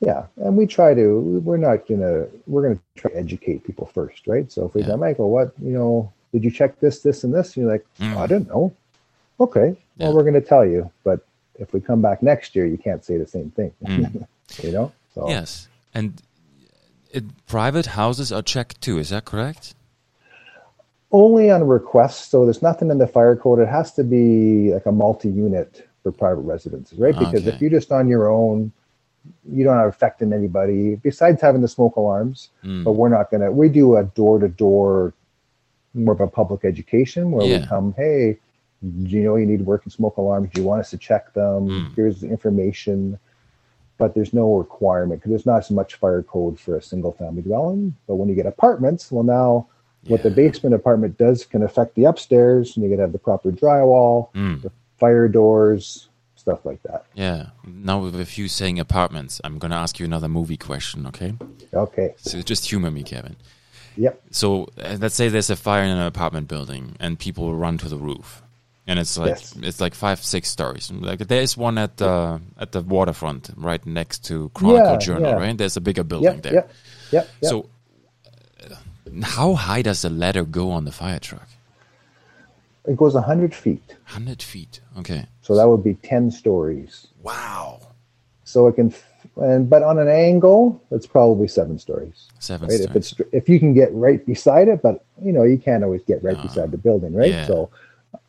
S2: Yeah, and we try to. We're not gonna. We're gonna try to educate people first, right? So if we
S1: Yeah.
S2: go, Michael, what you know? Did you check this, this, and this? And you're like,
S1: Mm.
S2: I don't know. Okay,
S1: Yeah.
S2: well, we're gonna tell you, but if we come back next year, you can't say the same thing.
S1: Mm.
S2: [LAUGHS] you know? So
S1: Yes, and it, private houses are checked too. Is that correct?
S2: only on request. So there's nothing in the fire code. It has to be like a multi-unit for private residences, right? Because
S1: Okay.
S2: if you're just on your own, you don't have affecting anybody besides having the smoke alarms.
S1: Mm.
S2: but we're not going to we do a door to door more of a public education where
S1: Yeah.
S2: we come hey do you know you need working smoke alarms do you want us to check them
S1: Mm.
S2: here's the information but there's no requirement because there's not as much fire code for a single family dwelling but when you get apartments well now what the
S1: Yeah.
S2: basement apartment does can affect the upstairs and you gotta have the proper drywall
S1: Mm.
S2: fire doors stuff like that
S1: Yeah. Now with you saying apartments, I'm gonna ask you another movie question. Okay.
S2: okay
S1: So just humor me, Kevin.
S2: yep
S1: So uh, let's say there's a fire in an apartment building and people run to the roof, and it's like
S2: Yes.
S1: it's like five six stories. And, Like there is one at the at the waterfront right next to Chronicle
S2: Yeah,
S1: Journal,
S2: yeah.
S1: right? There's a bigger building
S2: yep
S1: there.
S2: yep yep yep
S1: So uh, how high does the ladder go on the fire truck?
S2: it goes 100 feet
S1: Hundred feet. Okay.
S2: so that would be 10 stories
S1: Wow.
S2: so it can f- and but on an angle it's probably seven stories
S1: Seven.
S2: right if
S1: stories.
S2: it's if you can get right beside it but you know you can't always get right
S1: Ah,
S2: beside the building right
S1: yeah.
S2: so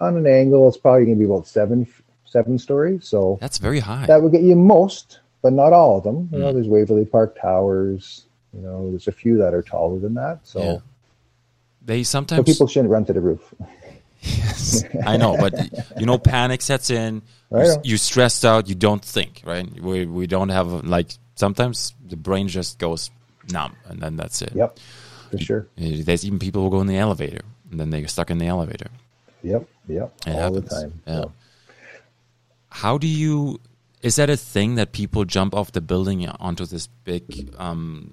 S2: on an angle it's probably going to be about seven seven stories so
S1: That's very high.
S2: that would get you most but not all of them you know
S1: Mm.
S2: there's waverly park towers you know there's a few that are taller than that so
S1: Yeah. they
S2: so
S1: sometimes
S2: people shouldn't run to the roof [LAUGHS]
S1: Yes, [LAUGHS] I know, but you know, panic sets in.
S2: I
S1: You're,
S2: know.
S1: you're stressed out. You don't think, right? We we don't have like sometimes the brain just goes numb, and then that's it.
S2: yep for sure
S1: Uh, There's even people who go in the elevator, and then they're stuck in the elevator.
S2: yep yep
S1: It
S2: all
S1: happens.
S2: the time
S1: Yeah.
S2: So,
S1: How do you? Is that a thing that people jump off the building onto this big um,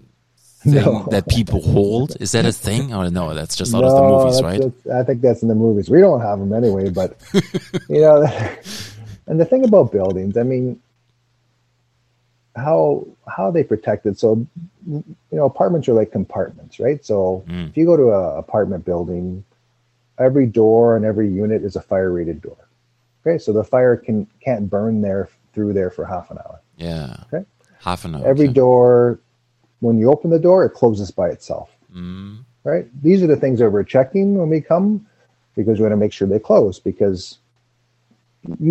S1: thing
S2: [LAUGHS] No.
S1: that people hold? Is that a thing? Oh no, that's just out of the
S2: No,
S1: movies,
S2: Oh, that's-
S1: right?
S2: that's- I think that's in the movies. We don't have them anyway, but [LAUGHS] you know, [LAUGHS] and the thing about buildings, I mean, how how they protected. So, you know, apartments are like compartments, right? So,
S1: Mm.
S2: if you go to a apartment building, every door and every unit is a fire rated door. Okay, so the fire can can't burn there through there for half an hour.
S1: Yeah.
S2: Okay.
S1: Half an hour.
S2: Every
S1: okay.
S2: door When you open the door, it closes by itself. Mm. Right? These are the things that we're checking when we come because we want to make sure they close. Because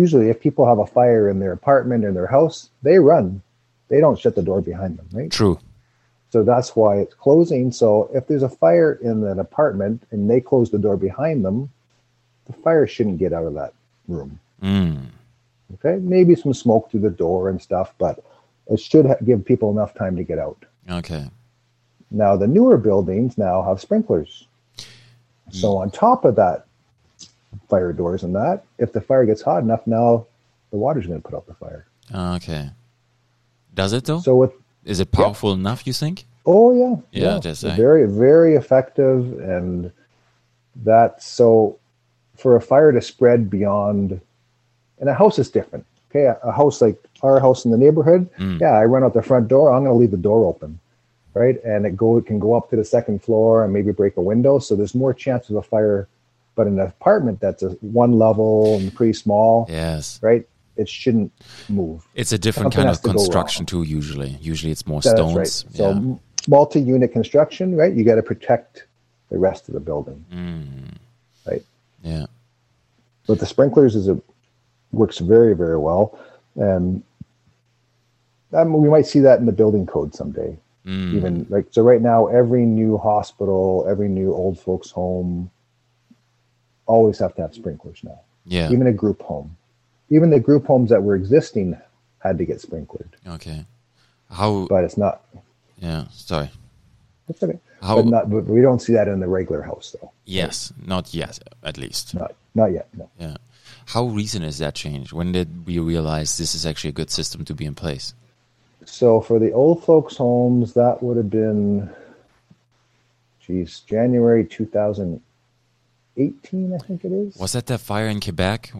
S2: usually, if people have a fire in their apartment or their house, they run. They don't shut the door behind them, right?
S1: True.
S2: So that's why it's closing. So if there's a fire in an apartment and they close the door behind them, the fire shouldn't get out of that room.
S1: Mm.
S2: Okay, maybe some smoke through the door and stuff, but it should ha- give people enough time to get out.
S1: Okay.
S2: Now the newer buildings now have sprinklers. So on top of that, fire doors and that, if the fire gets hot enough, now the water's going to put out the fire.
S1: Ah, Okay. Does it though?
S2: So with
S1: Is it powerful enough? You think?
S2: oh yeah,
S1: Yeah, it is, eh?
S2: very very effective, and that so for a fire to spread beyond, and a house is different. Okay, a, a house like our house in the neighborhood,
S1: Mm.
S2: yeah, I run out the front door. I'm going to leave the door open, right? And it go it can go up to the second floor and maybe break a window. So there's more chance of a fire. But in an apartment that's a one level and pretty small,
S1: Yes.
S2: right? It shouldn't move.
S1: It's a different
S2: Something
S1: kind
S2: has
S1: of
S2: to go wrong.
S1: construction too. Usually, usually it's more
S2: That's
S1: stones.
S2: right. So
S1: yeah.
S2: m multi-unit construction, right? You got to protect the rest of the building,
S1: Mm.
S2: right?
S1: yeah.
S2: But the sprinklers is a works very very well, and um, we might see that in the building code someday.
S1: Mm.
S2: Even like so, right now, every new hospital, every new old folks home, always have to have sprinklers now.
S1: Yeah.
S2: Even a group home, even the group homes that were existing had to get sprinklered,
S1: okay. How?
S2: but it's not.
S1: yeah. Sorry.
S2: It's okay.
S1: How?
S2: But not, but we don't see that in the regular house though.
S1: yes. Not yet. At least.
S2: Not, not yet. No.
S1: Yeah. How recent is that change? When did we realize this is actually a good system to be in place?
S2: So for the old folks' homes, that would have been, geez, January 2018, I think it is.
S1: Was that that fire in Quebec?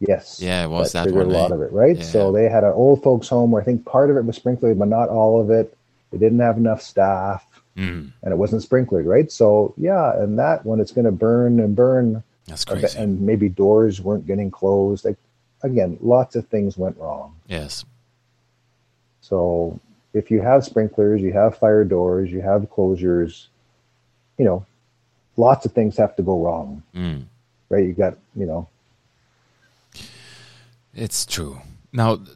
S2: yes.
S1: Yeah, it was that
S2: triggered
S1: one,
S2: a lot
S1: eh?
S2: of it, right?
S1: Yeah.
S2: So they had an old folks' home where I think part of it was sprinkled, but not all of it. They didn't have enough staff,
S1: Mm.
S2: and it wasn't sprinkled, right? So yeah, and that one, it's going to burn and burn,
S1: That's crazy.
S2: and maybe doors weren't getting closed. Like again, lots of things went wrong.
S1: yes.
S2: So if you have sprinklers, you have fire doors, you have closures, you know, lots of things have to go wrong,
S1: Mm.
S2: right? You got, you know,
S1: It's true. Now, th-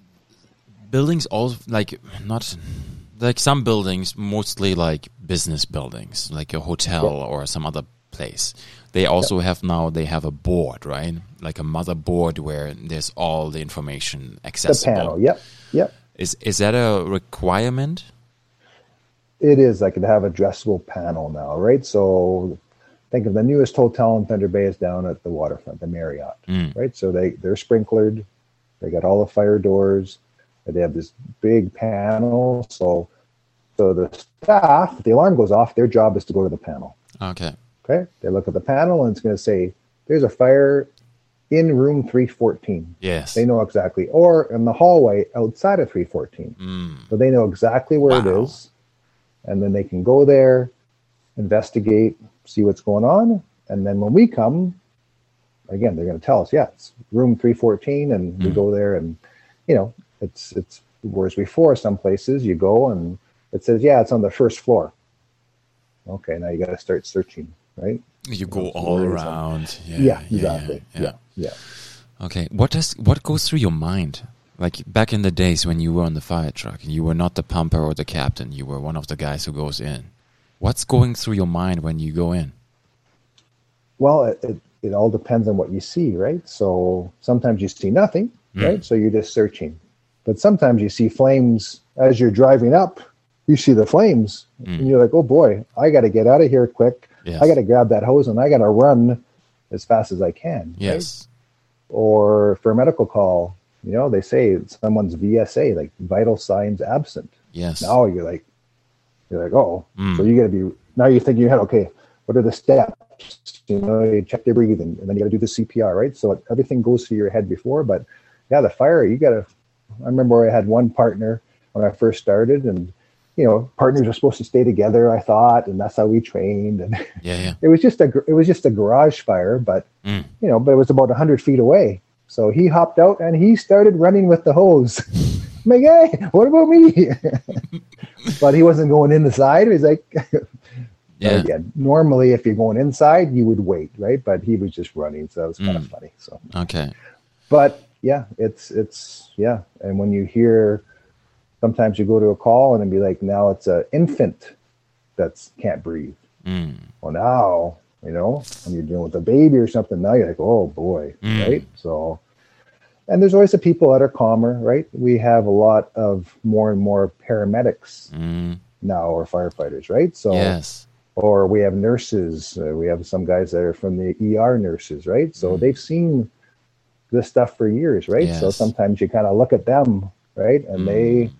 S1: buildings all like not like some buildings, mostly like business buildings, like a hotel or some other place. They also have now they have a board, right? Like a motherboard where there's all the information
S2: the
S1: accessible.
S2: panel. Yep. Yep.
S1: Is is that a requirement?
S2: It is like to have a dressable panel now, right? So think of the newest hotel in Thunder Bay is down at the waterfront, the Marriott,
S1: Mm.
S2: right? So they, they're sprinklered. They got all the fire doors. and They have this big panel. So, so the staff, if the alarm goes off, their job is to go to the panel.
S1: Okay.
S2: Okay, they look at the panel and it's going to say, there's a fire in room 314.
S1: Yes.
S2: They know exactly, or in the hallway outside of 314.
S1: Mm.
S2: So they know exactly where
S1: Wow.
S2: it is. And then they can go there, investigate, see what's going on. And then when we come, again, they're going to tell us, yeah, it's room 314. And we
S1: Mm.
S2: go there and, you know, it's, it's, whereas before some places you go and it says, yeah, it's on the first floor. Okay, now you got to start searching, right?
S1: You go
S2: it's
S1: all
S2: worrisome.
S1: around. Yeah,
S2: yeah, exactly.
S1: yeah,
S2: Yeah,
S1: yeah.
S2: yeah.
S1: Okay. What does what goes through your mind? Like back in the days when you were on the fire truck and you were not the pumper or the captain, you were one of the guys who goes in. What's going through your mind when you go in?
S2: Well, it, it, it all depends on what you see, right? So sometimes you see nothing,
S1: Hmm.
S2: right? So you're just searching. But sometimes you see flames as you're driving up. You see the flames, and you're like, "Oh boy, I got to get out of here quick!
S1: Hmm. Yes.
S2: I got to grab that hose and I got to run as fast as I can." right?
S1: Yes.
S2: Or for a medical call, you know, they say someone's VSA, like vital signs absent.
S1: Yes.
S2: now you're like you're like oh
S1: Mm.
S2: so you got to be now you're thinking in your head okay what are the steps you know you check their breathing and then you got to do the cpr right so like, everything goes through your head before but yeah the fire you got to i remember i had one partner when i first started and you know partners are supposed to stay together i thought and that's how we trained and [LAUGHS]
S1: Yeah, yeah.
S2: it was just a gr- it was just a garage fire but
S1: Mm.
S2: you know but it was about 100 feet away so he hopped out and he started running with the hose [LAUGHS] like, hey, what about me? [LAUGHS] but he wasn't going in the side. He's like,
S1: Yeah.
S2: yeah. Normally, if you're going inside, you would wait, right? But he was just running, so that was
S1: Mm.
S2: kind of funny. So,
S1: Okay.
S2: but yeah, it's it's yeah. And when you hear, sometimes you go to a call and it'd be like, now it's an infant that's can't breathe.
S1: Mm.
S2: Well, now you know when you're dealing with a baby or something. Now you're like, oh boy,
S1: Mm.
S2: right? So, and there's always the people that are calmer, right? We have a lot of more and more paramedics
S1: Mm.
S2: now or firefighters, right? So
S1: Yes.
S2: or we have nurses. Uh, we have some guys that are from the ER nurses, right? So they've seen this stuff for years, right? So
S1: Yes.
S2: sometimes you kind of look at them, right, and they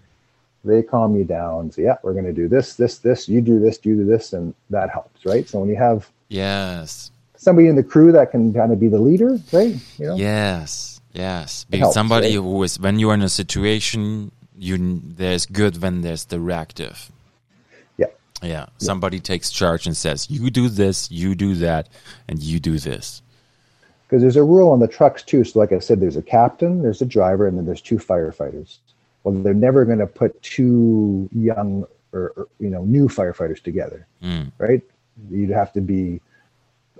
S2: they calm you down. So yeah, we're going to do this, this, this. You do this, you do this, and that helps, right? So when you have
S1: Yes.
S2: somebody in the crew that can kind of be the leader, right? You know,
S1: Yes. Yes. Because
S2: helps,
S1: somebody
S2: right?
S1: who is when you are in a situation, you n- there's good when there's directive.
S2: yeah,
S1: Yeah. Somebody takes charge and says, "You do this, you do that, and you do this."
S2: because there's a rule on the trucks too. So, like I said, there's a captain, there's a driver, and then there's two firefighters. Well, they're never going to put two young or, or, you know new firefighters together,
S1: Mm.
S2: right? You'd have to be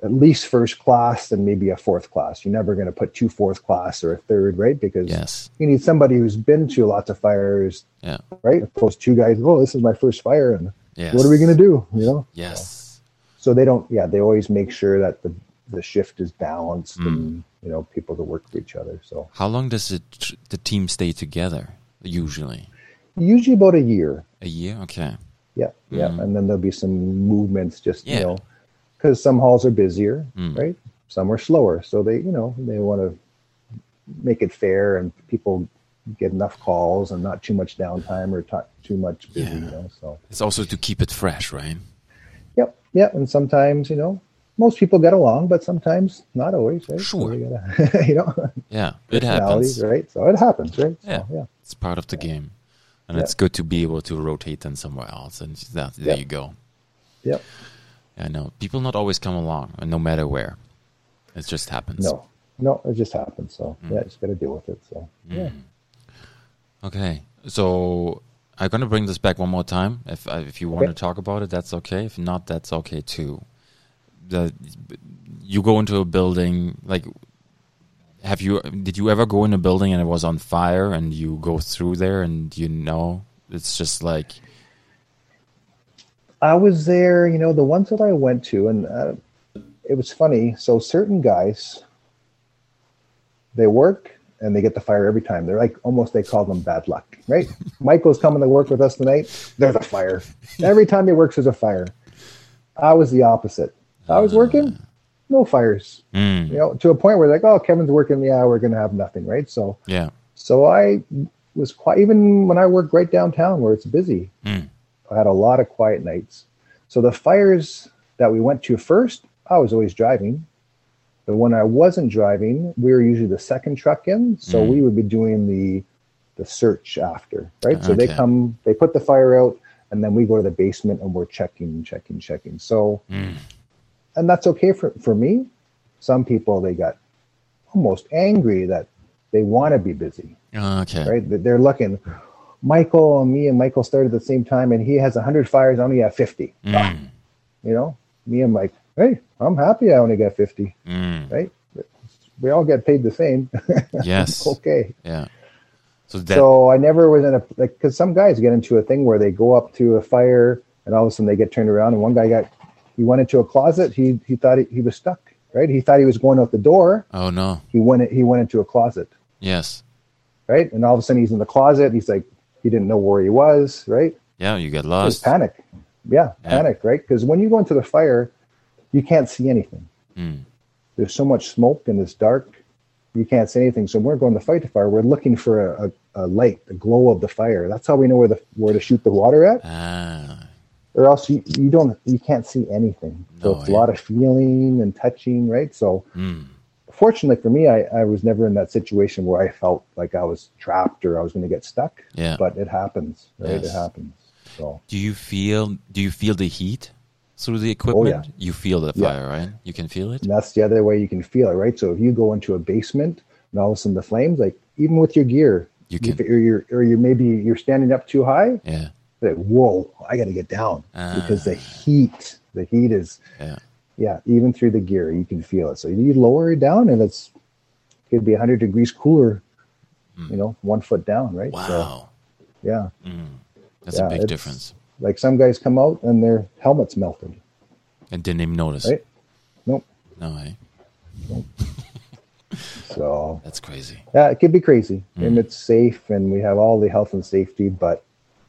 S2: at least first class and maybe a fourth class. You're never going to put two fourth class or a third, right? Because
S1: Yes.
S2: you need somebody who's been to lots of fires,
S1: Yeah.
S2: right? As opposed to two guys. Oh, this is my first fire, and
S1: Yes.
S2: what are we going to do? You know,
S1: Yes.
S2: so they don't yeah they always make sure that the the shift is balanced
S1: Mm.
S2: and you know people to work for each other so
S1: How long does it, the team stay together? Usually,
S2: usually about a year
S1: a year. Okay.
S2: yeah yeah and then there'll be some movements just
S1: Mm. Yeah. Mm.
S2: you know because some halls are busier right some are slower so they you know they want to make it fair and people get enough calls and not too much downtime or not too much busy you know so
S1: It's also to keep it fresh, right?
S2: Yep, yep. And sometimes, you know, most people get along, but sometimes not always, right? So
S1: Sure.
S2: You, gotta, [LAUGHS] you know,
S1: Yeah. It
S2: personalities,
S1: happens.
S2: right? So it happens, right? So,
S1: Yeah.
S2: yeah.
S1: It's part of the game. And it's good to be able to rotate them somewhere else. And that, there
S2: Yeah.
S1: you go.
S2: Yep.
S1: I know. People not always come along, and no matter where. It just happens.
S2: No, no, it just happens. So
S1: Mm.
S2: yeah, just got to deal with it. So yeah.
S1: Okay. So I'm going to bring this back one more time. If, I- if you want
S2: Okay.
S1: to talk about it, that's okay. If not, that's okay too. The, you go into a building, like, have you, did you ever go in a building and it was on fire and you go through there and you know, it's just like,
S2: I was there, you know, the ones that I went to, and uh, it was funny. So certain guys, they work and they get the fire every time. They're like almost they call them bad luck, right?
S1: [LAUGHS]
S2: Michael's coming to work with us tonight. There's a fire. Every time he works, there's a fire. I was the opposite. I was
S1: Uh.
S2: working, no fires.
S1: mm,
S2: You know, to a point where like, oh, Kevin's working. Yeah, we're gonna have nothing, right? So,
S1: yeah.
S2: so I was quite even when I worked right downtown where it's busy.
S1: Mm.
S2: I had a lot of quiet nights. So the fires that we went to first, I was always driving. But when I wasn't driving, we were usually the second truck in, so we would be doing the the search after, right? So they
S1: Okay.
S2: come, they put the fire out, and then we go to the basement and we're checking, checking, checking. So, and that's okay for for me. Some people they got almost angry that they want to be busy,
S1: Okay.
S2: right? That They're looking. Michael and me and Michael started at the same time, and he has 100 fires. I only have 50.
S1: Mm,
S2: You know, me and Mike. Hey, I'm happy. I only got 50. [LAUGHS]
S1: mm.
S2: Right? We all get paid the same. [LAUGHS]
S1: Yes.
S2: okay.
S1: Yeah. So that.
S2: So I never was in a like because some guys get into a thing where they go up to a fire and all of a sudden they get turned around and one guy got he went into a closet. He he thought he, he was stuck. Right? He thought he was going out the door.
S1: oh no.
S2: He went he went into a closet.
S1: Yes.
S2: Right? And all of a sudden he's in the closet. He's like he didn't know where he was. Right?
S1: Yeah, you get
S2: It was
S1: lost.
S2: panic. Yeah,
S1: Yeah.
S2: panic, right? Because when you go into the fire, you can't see anything.
S1: Mm.
S2: There's so much smoke and it's dark, you can't see anything. So when we're going to fight the fire, we're looking for a, a, a light, the glow of the fire. That's how we know where the where to shoot the water at,
S1: Ah.
S2: or else you, you don't you can't see anything. So
S1: No,
S2: it's
S1: yeah.
S2: a lot of feeling and touching, right? So
S1: Mm.
S2: fortunately for me, I, I was never in that situation where I felt like I was trapped or I was going to get stuck.
S1: Yeah.
S2: But it happens, right?
S1: Yes.
S2: It happens. So
S1: Do you feel? Do you feel the heat through the equipment? You feel the
S2: Oh, Yeah.
S1: fire, right? You can feel it.
S2: And that's the other way you can feel it, right? So if you go into a basement and all of a sudden the flames, like even with your gear,
S1: You
S2: You
S1: can.
S2: fi- or you're or you maybe you're standing up too high.
S1: Yeah.
S2: That whoa, I got to get down because the heat, the heat is
S1: Ah. Yeah.
S2: yeah, even through the gear you can feel it. So you lower it down, and it's could be 100 degrees cooler. You know, one foot down, right? So,
S1: Hmm. Wow.
S2: yeah.
S1: That's
S2: Yeah,
S1: a big
S2: it's-
S1: difference.
S2: Like some guys come out and their helmets melted,
S1: And didn't even notice.
S2: right? Nope.
S1: No, eh?
S2: So
S1: that's crazy.
S2: yeah, it could be crazy, and
S1: Mm.
S2: it's safe, and we have all the health and safety. But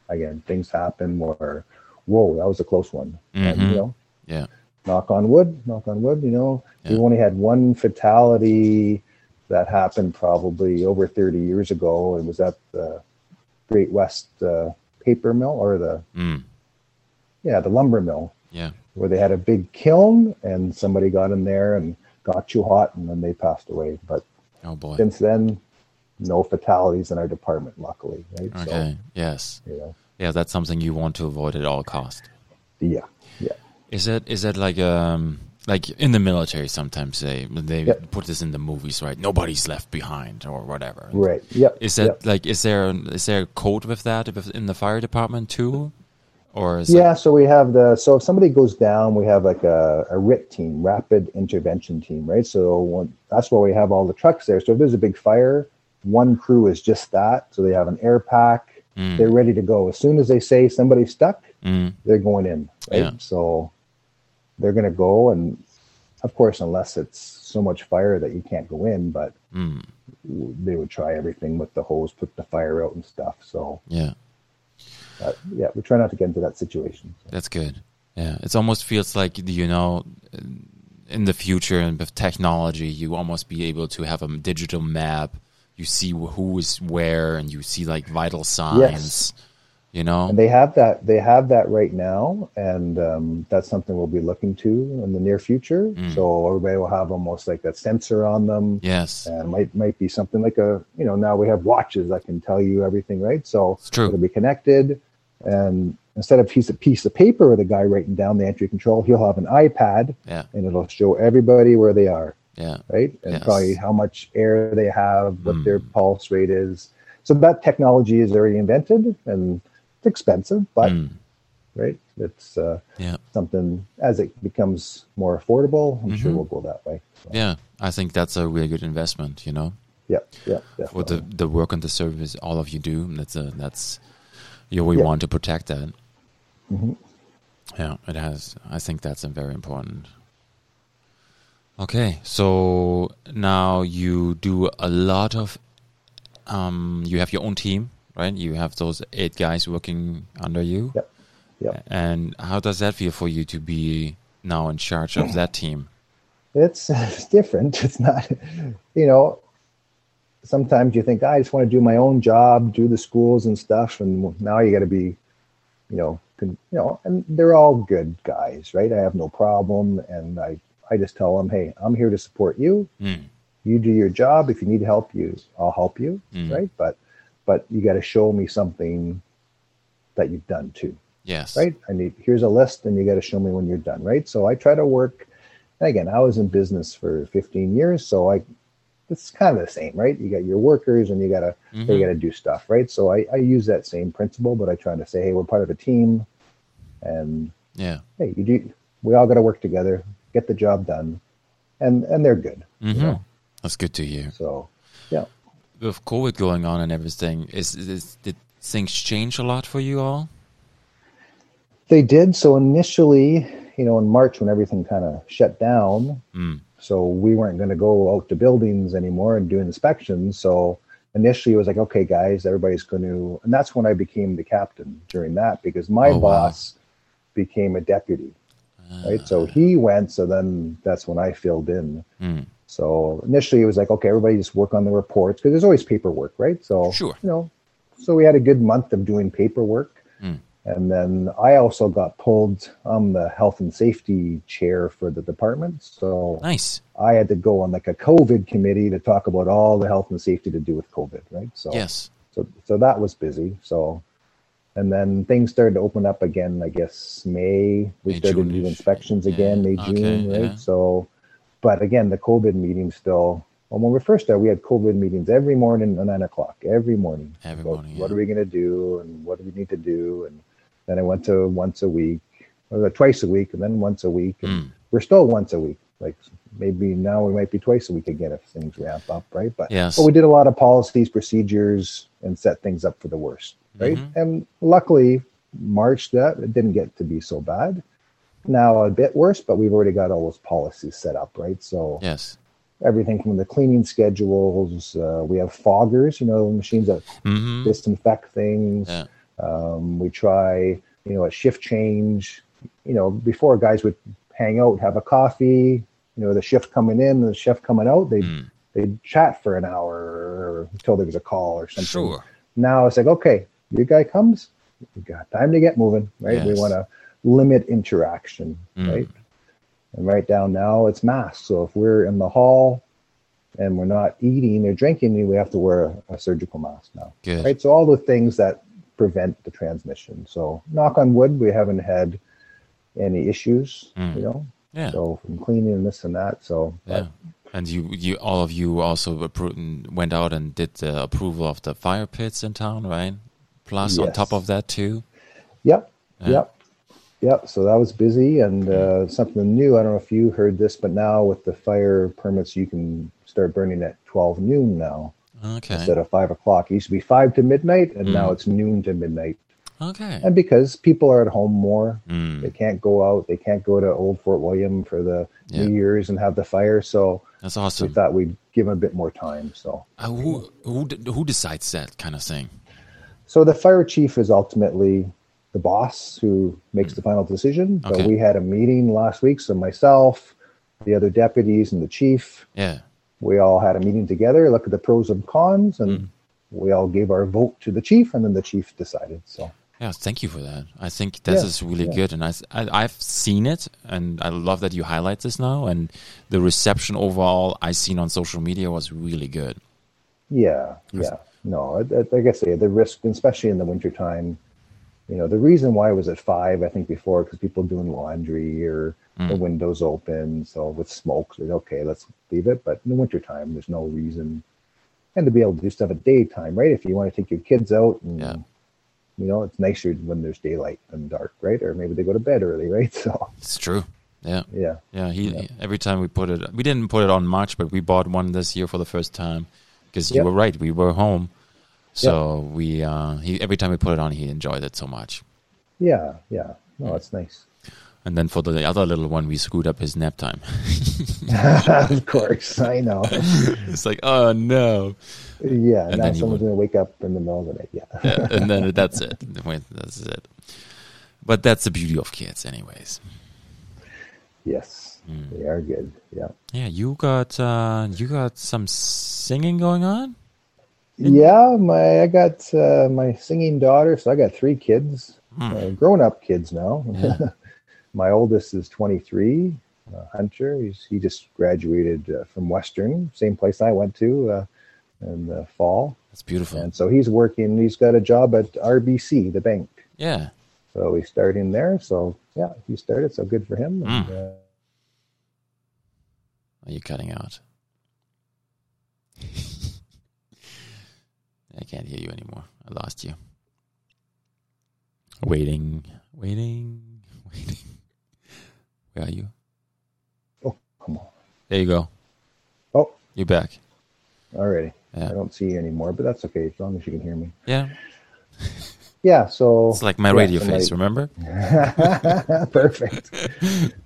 S2: again, things happen where, whoa, that was a close one. And,
S1: Mhm.
S2: you know,
S1: Yeah.
S2: knock on wood, knock on wood. You know,
S1: Yeah.
S2: we've only had one fatality that happened probably over 30 years ago. It was at the Great West uh, paper mill or the
S1: Mm.
S2: yeah the lumber mill
S1: Yeah.
S2: where they had a big kiln and somebody got in there and got too hot and then they passed away. But
S1: Oh boy.
S2: since then, no fatalities in our department, luckily. Right?
S1: Okay. Yes.
S2: So you know,
S1: Yeah. That's something you want to avoid at all cost.
S2: yeah, yeah.
S1: Is that is that like um like in the military sometimes they they
S2: Yep.
S1: put this in the movies right? Nobody's left behind or whatever.
S2: Right. Yep.
S1: Is that
S2: yep.
S1: like is there is there a code with that if- in the fire department too, or is
S2: Yeah, so we have the so if somebody goes down, we have like a, a RIT team, rapid intervention team, right? So one, that's why we have all the trucks there. So if there's a big fire, one crew is just that. So they have an air pack,
S1: It, Mm,
S2: they're ready to go. As soon as they say somebody's stuck,
S1: mm,
S2: they're going in, right?
S1: Yeah.
S2: So they're going to go, and of course, unless it's so much fire that you can't go in, but
S1: mm,
S2: w- they would try everything with the hose, put the fire out and stuff. So
S1: yeah,
S2: uh, yeah, we try not to get into that situation.
S1: that's good. Yeah, it almost feels like you know, in the future and with technology, you almost be able to have a digital map. You see wh- who is where, and you see like vital signs. You know,
S2: And they have that. They have that right now, and um, that's something we'll be looking to in the near future.
S1: Mm.
S2: So everybody will have almost like a sensor on them,
S1: yes,
S2: and might might be something like a you know now we have watches that can tell you everything, right? So
S1: It's true.
S2: it'll be connected, and instead of piece of piece of paper with a guy writing down the entry control, he'll have an iPad,
S1: yeah,
S2: and it'll show everybody where they are
S1: yeah,
S2: right? And
S1: Yes.
S2: probably how much air they have, what their
S1: Mm.
S2: pulse rate is. So that technology is already invented and it's expensive, but
S1: mm,
S2: right, it's uh,
S1: yeah.
S2: something as it becomes more affordable. I'm sure
S1: Mhm.
S2: we'll go that way. So,
S1: Yeah, I think that's a really good investment. You know,
S2: yeah, yeah,
S1: for
S2: definitely.
S1: the the work and the service all of you do. That's a, that's you. We
S2: Yeah.
S1: want to protect that.
S2: Mhm.
S1: Yeah, it has. I think that's a very important. Okay, so now you do a lot of. Um, you have your own team, right? You have those eight guys working under you.
S2: Yep. Yep.
S1: And how does that feel for you to be now in charge of that team?
S2: It's, [LAUGHS] it's different. It's not, you know, sometimes you think, I just want to do my own job, do the schools and stuff. And now you got to be, you know, con- you know, and they're all good guys, right? I have no problem. And I, I just tell them, Hey, I'm here to support you.
S1: Mm,
S2: You do your job. If you need help, you, I'll help you.
S1: Mhm.
S2: Right. But, but you got to show me something that you've done too
S1: yes.
S2: right? I need here's a list, and you got to show me when you're done, right? So I try to work. And again, I was in business for 15 years, so I it's kind of the same, right? You got your workers, and you gotta they
S1: Mhm.
S2: gotta do stuff, right? So I, I use that same principle, but I try to say, hey, we're part of a team, and
S1: Yeah.
S2: hey, you do we all got to work together, get the job done, and and they're good.
S1: hmm
S2: Yeah.
S1: That's good to hear.
S2: So yeah,
S1: With COVID going on and everything, is, is did things change a lot for you all?
S2: they did. So initially, you know, in March when everything kind of shut down,
S1: Mm.
S2: So we weren't going to go out to buildings anymore and do inspections. So initially it was like, okay, guys, everybody's going to, and that's when I became the captain during that because my
S1: Oh, wow.
S2: boss became a deputy, right? so he went. So then that's when I filled in.
S1: Mm.
S2: So initially it was like, okay, everybody just work on the reports because there's always paperwork, right? So,
S1: Sure.
S2: you know, so we had a good month of doing paperwork.
S1: Mm.
S2: And then I also got pulled. I'm the health and safety chair for the department. So
S1: Nice.
S2: I had to go on like a COVID committee to talk about all the health and safety to do with COVID, right? So,
S1: Yes.
S2: so, so that was busy. So, and then things started to open up again. I guess May we
S1: May,
S2: started to
S1: June-ish.
S2: do inspections
S1: Yeah.
S2: again, May,
S1: Okay,
S2: June, right?
S1: yeah.
S2: So, but again, the COVID meeting still Well, when we first started, we had COVID meetings every morning at nine o'clock, every morning.
S1: Every
S2: About
S1: morning,
S2: What
S1: yeah.
S2: are we going to do and what do we need to do? And then I went to once a week, or twice a week, and then once a week. And
S1: Mm.
S2: we're still once a week. Like maybe now we might be twice a week again if things ramp up, right? But
S1: Yes.
S2: but Oh, we did a lot of policies, procedures, and set things up for the worst, right?
S1: Mhm.
S2: And luckily, March that it didn't get to be so bad. Now a bit worse, but we've already got all those policies set up, right? So
S1: Yes.
S2: everything from the cleaning schedules, uh, we have foggers, you know, machines that
S1: hmm
S2: disinfect things.
S1: Yeah.
S2: Um, we try, you know, a shift change. You know, before guys would hang out, have a coffee. You know, the shift coming in, the shift coming out. They
S1: Mm.
S2: they'd chat for an hour or until there was a call or something.
S1: Sure.
S2: Now it's like, okay, your guy comes, we got time to get moving, right? We
S1: Yes.
S2: want to limit interaction,
S1: Mm.
S2: right? And right down now it's masks. So if we're in the hall and we're not eating or drinking, we have to wear a, a surgical mask now,
S1: Good.
S2: right? So all the things that prevent the transmission. So knock on wood, we haven't had any issues,
S1: Mm.
S2: you know.
S1: Yeah.
S2: So uh, from cleaning and this and that. So but
S1: yeah. And you, you, all of you also appro- went out and did the approval of the fire pits in town, right? Plus, on
S2: Yes.
S1: top of that too.
S2: Yep.
S1: Yeah.
S2: Yep. Yep. So that was busy and uh, something new. I don't know if you heard this, but now with the fire permits, you can start burning at 12 noon now
S1: Okay. Mm.
S2: instead of 5 o'clock. It used to be 5 to midnight, and now it's noon to midnight.
S1: Okay.
S2: And because people are at home more,
S1: Mm.
S2: they can't go out, they can't go to Old Fort William for the
S1: Yeah.
S2: New Year's and have the fire. So
S1: That's
S2: we
S1: awesome.
S2: thought we'd give them a bit more time. So.
S1: Uh, who, who, d- who decides that kind of thing?
S2: So the fire chief is ultimately the boss who makes the final decision.
S1: Okay.
S2: But we had a meeting last week, so myself, the other deputies, and the chief,
S1: Yeah.
S2: we all had a meeting together, looked at the pros and cons, and
S1: Mm.
S2: we all gave our vote to the chief, and then the chief decided. So
S1: Yeah, thank you for that. I think that is
S2: Yeah,
S1: really
S2: yeah.
S1: good, and I, s- I have seen it, and I love that you highlight this now. And the reception overall I seen on social media was really good.
S2: yeah, yeah, no, I- I- like I say, the risk, especially in the wintertime, you know, the reason why it was at five, I think before, because people doing laundry or the windows open, so with smoke, it's okay, let's leave it. But in the wintertime, there's no reason. and to be able to do stuff at daytime, right? If you want to take your kids out and
S1: Yeah.
S2: you know, it's nicer when there's daylight than dark, right? Or maybe they go to bed early, [LAUGHS] right? So
S1: It's true. Yeah,
S2: yeah.
S1: yeah. He every time we put it, we didn't put it on March, but we bought one this year for the first time because you
S2: Yep.
S1: were right, we were home, so we uh, he every time we put it on, he enjoyed it so much.
S2: Yeah, yeah. No, it's nice. [LAUGHS]
S1: And then for the other little one, we screwed up his nap time. [LAUGHS]
S2: of course. I know.
S1: it's like, oh no.
S2: Yeah.
S1: And then
S2: now
S1: you
S2: someone's
S1: would-
S2: gonna wake up in the middle of the night. Yeah.
S1: Yeah, [LAUGHS] and [LAUGHS] then that's it. Wait, That's it. But that's the beauty of kids, anyways.
S2: yes.
S1: Hmm.
S2: They are good. Yeah.
S1: Yeah, you got uh, you got some singing going on.
S2: Yeah, my I got uh, my singing daughter, so I got three kids,
S1: Hmm.
S2: uh, grown-up kids now. [LAUGHS] my oldest is 23, uh, Hunter. He's, he just graduated uh, from Western, same place I went to uh, in the fall,
S1: That's beautiful.
S2: and so he's working. He's got a job at RBC, the bank.
S1: yeah,
S2: So he's starting there. So yeah, he started. So good for him. And,
S1: Hmm.
S2: uh,
S1: are you cutting out? [LAUGHS] I can't hear you anymore. I lost you. Waiting, waiting, waiting. Where are you?
S2: oh, come on,
S1: There you go.
S2: oh,
S1: You're back.
S2: already.
S1: Yeah.
S2: I don't see you anymore, but that's okay as long as you can hear me.
S1: Yeah,
S2: Yeah. So
S1: it's like my
S2: Oh. yeah,
S1: radio
S2: so
S1: face.
S2: my-
S1: Remember?
S2: [LAUGHS] Perfect.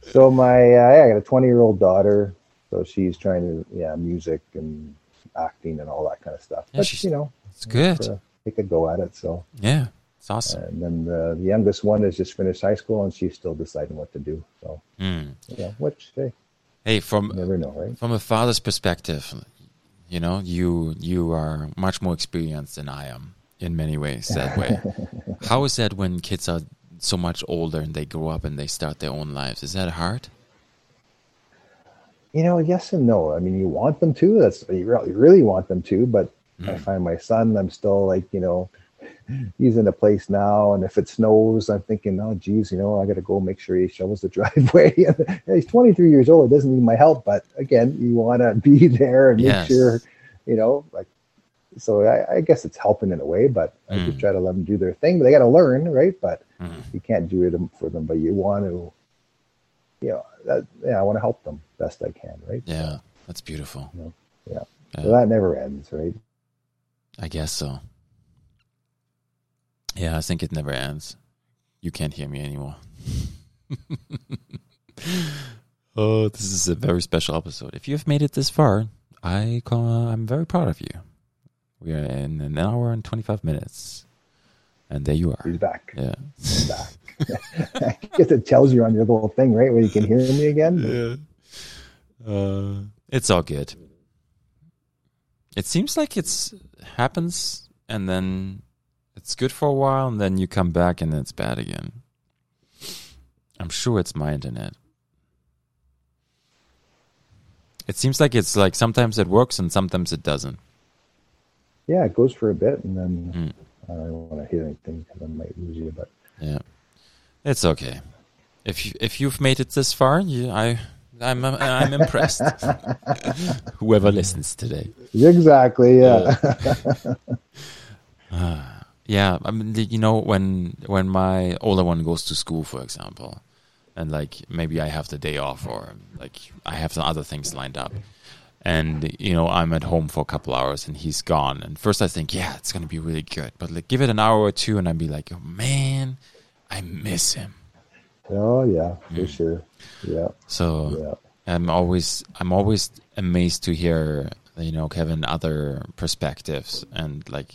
S2: So my uh, yeah, I got a twenty year old daughter, so she's trying to yeah music and acting and all that kind of stuff.
S1: Yeah,
S2: but
S1: she's-
S2: you know,
S1: It's good.
S2: uh, take a go at it. So
S1: Yeah, it's awesome.
S2: and then the, the youngest one has just finished high school and she's still deciding what to do. So
S1: Mm.
S2: yeah, which hey,
S1: Hey,
S2: you
S1: from
S2: never know, right?
S1: from a father's perspective, you know, you you are much more experienced than I am in many ways that
S2: [LAUGHS]
S1: way. How is that when kids are so much older and they grow up and they start their own lives? Is that hard?
S2: You know, yes and no. I mean, you want them to. That's you really, you really want them to. But I find my son, I'm still like you know, [LAUGHS] he's in a place now, and if it snows, I'm thinking, oh, geez, you know, I got to go make sure he shovels the [LAUGHS] driveway. he's 23 years old; it doesn't need my help, but again, you want to be [LAUGHS] there and make
S1: Yes.
S2: sure, you know, like. So I, I guess it's helping in a way, but I
S1: Mm.
S2: just try to let them do their thing. But they got to learn, right? But
S1: Mm.
S2: you can't do it for them, but you want to, you know, that, yeah, I want to help them best I can, right?
S1: Yeah, that's beautiful.
S2: So that never ends, right?
S1: I guess so. Yeah, I think it never ends. You can't hear me anymore. [LAUGHS] oh, this is a very special episode. If you have made it this far, I call, I'm very proud of you. We are in an hour and 25 minutes. And there you are.
S2: He's back. [LAUGHS]
S1: Yeah.
S2: I guess it tells you on your little thing, right? Where you can hear me again.
S1: yeah. Uh, it's all good. It seems like it's happens and then it's good for a while and then you come back and it's bad again. I'm sure it's my internet. It seems like it's like sometimes it works and sometimes it doesn't.
S2: Yeah, it goes for a bit, and then
S1: Mm.
S2: I don't want to hit anything because I might lose you. But
S1: Yeah, it's okay. If you, if you've made it this far, you, I I'm I'm impressed. Whoever listens today.
S2: exactly, yeah.
S1: Yeah, I mean, the- you know, when when my older one goes to school, for example, and like maybe I have the day off or like I have some other things lined up, and you know I'm at home for a couple hours and he's gone. And first I think, yeah, it's gonna be really good, but like give it an hour or two, and I'd be like, oh, man, I miss him.
S2: [LAUGHS] oh yeah, for sure. Yeah,
S1: So
S2: yeah.
S1: I'm always I'm always amazed to hear you know Kevin other perspectives and like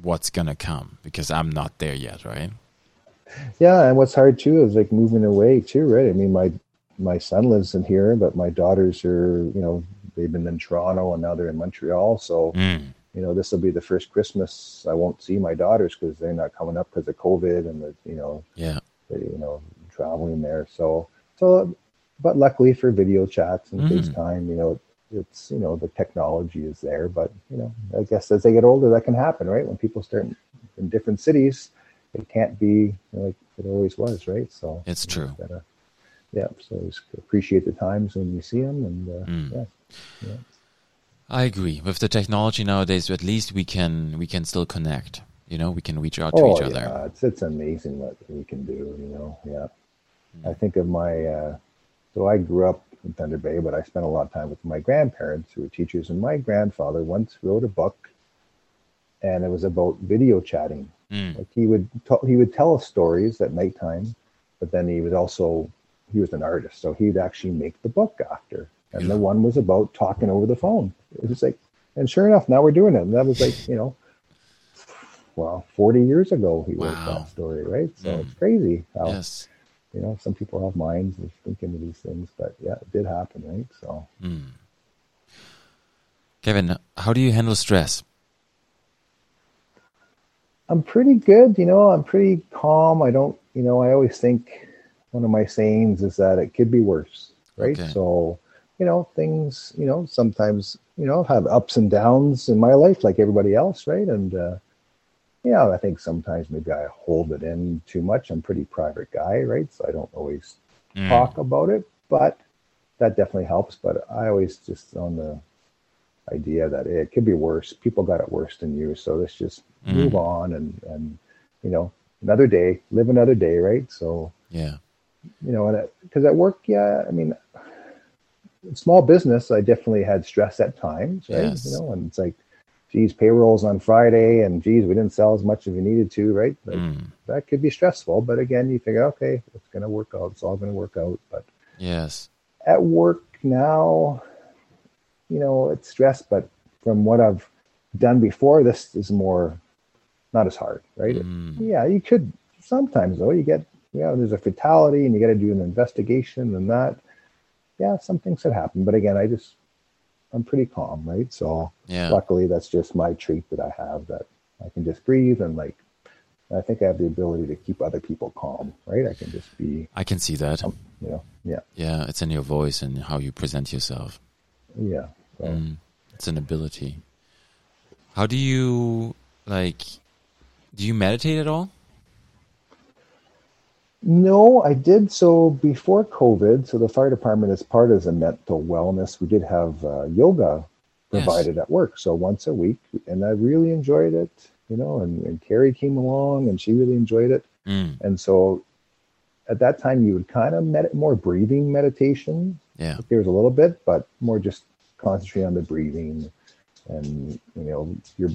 S1: what's gonna come because I'm not there yet, right?
S2: Yeah, and what's hard too is like moving away too, right? I mean, my my son lives in here, but my daughters are, you know, they've been in Toronto and now they're in Montreal. So
S1: Mm.
S2: you know, this will be the first Christmas I won't see my daughters because they're not coming up because of COVID and the you know
S1: Yeah.
S2: the, you know traveling there. So so, but luckily for video chats and
S1: Mm.
S2: FaceTime, you know. It's you know the technology is there, but you know I guess as they get older that can happen, right? When people start in different cities, it can't be like it always was, right? So
S1: It's true.
S2: gotta, yeah, so just appreciate the times when you see them, and uh,
S1: Mm.
S2: yeah,
S1: I agree. With the technology nowadays, at least we can we can still connect. You know, we can reach out to
S2: oh
S1: each
S2: yeah,
S1: other.
S2: it's it's amazing what we can do, you know. Yeah, I think of my uh, so I grew up in Thunder Bay, but I spent a lot of time with my grandparents who were teachers, and my grandfather once wrote a book, and it was about video chatting.
S1: Mm.
S2: Like he would t- he would tell us stories at nighttime, but then he was also he was an artist, so he'd actually make the book after. And the one was about talking over the phone. It was like, and sure enough, now we're doing it. And that was like, you know, well, forty years ago he wrote
S1: Wow.
S2: that story, right? So
S1: Mm.
S2: it's crazy how
S1: Yes.
S2: you know some people have minds and thinking of these things, but yeah, it did happen, right? So
S1: Mm. Kevin, how do you handle stress?
S2: I'm pretty good, you know, I'm pretty calm. I don't, you know, I always think one of my sayings is that it could be worse, right?
S1: Okay.
S2: So, you know, things, you know, sometimes, you know, have ups and downs in my life like everybody else, right? And, uh, you know, I think sometimes maybe I hold it in too much. I'm a pretty private guy, right? So I don't always
S1: Mm.
S2: talk about it, but that definitely helps. But I always just on the idea that it could be worse. People got it worse than you, so let's just
S1: Mm.
S2: move on and and you know another day, live another day, right? So
S1: Yeah.
S2: you know, and because at work, yeah, I mean, in small business, I definitely had stress at times, right?
S1: Yes.
S2: You know, and it's like, geez, payrolls on Friday, and geez, we didn't sell as much as we needed to, right? Like,
S1: Mm.
S2: That could be stressful, but again, you figure, okay, it's going to work out. It's all going to work out, but
S1: Yes.
S2: at work now, you know, it's stress, but from what I've done before, this is more not as hard, right?
S1: Mm.
S2: Yeah, you could sometimes though you get you know, there's a fatality and you gotta do an investigation and that. Yeah, some things that happen. But again, I just I'm pretty calm, right? So
S1: Yeah.
S2: luckily that's just my trait that I have that I can just breathe and like I think I have the ability to keep other people calm, right? I can just be,
S1: I can see that.
S2: um, you know, yeah,
S1: Yeah, it's in your voice and how you present yourself.
S2: yeah. So.
S1: Mm, it's an ability. How do you like? Do you meditate at all?
S2: No, I did so before COVID. So the fire department, as part of the mental wellness, we did have uh, yoga
S1: Yes.
S2: provided at work. So once a week, and I really enjoyed it. You know, and, and Carrie came along, and she really enjoyed it.
S1: Mm,
S2: And so, at that time, you would kind of med- more breathing meditation.
S1: yeah.
S2: There's a little bit, but more just concentrate on the breathing, and you know, your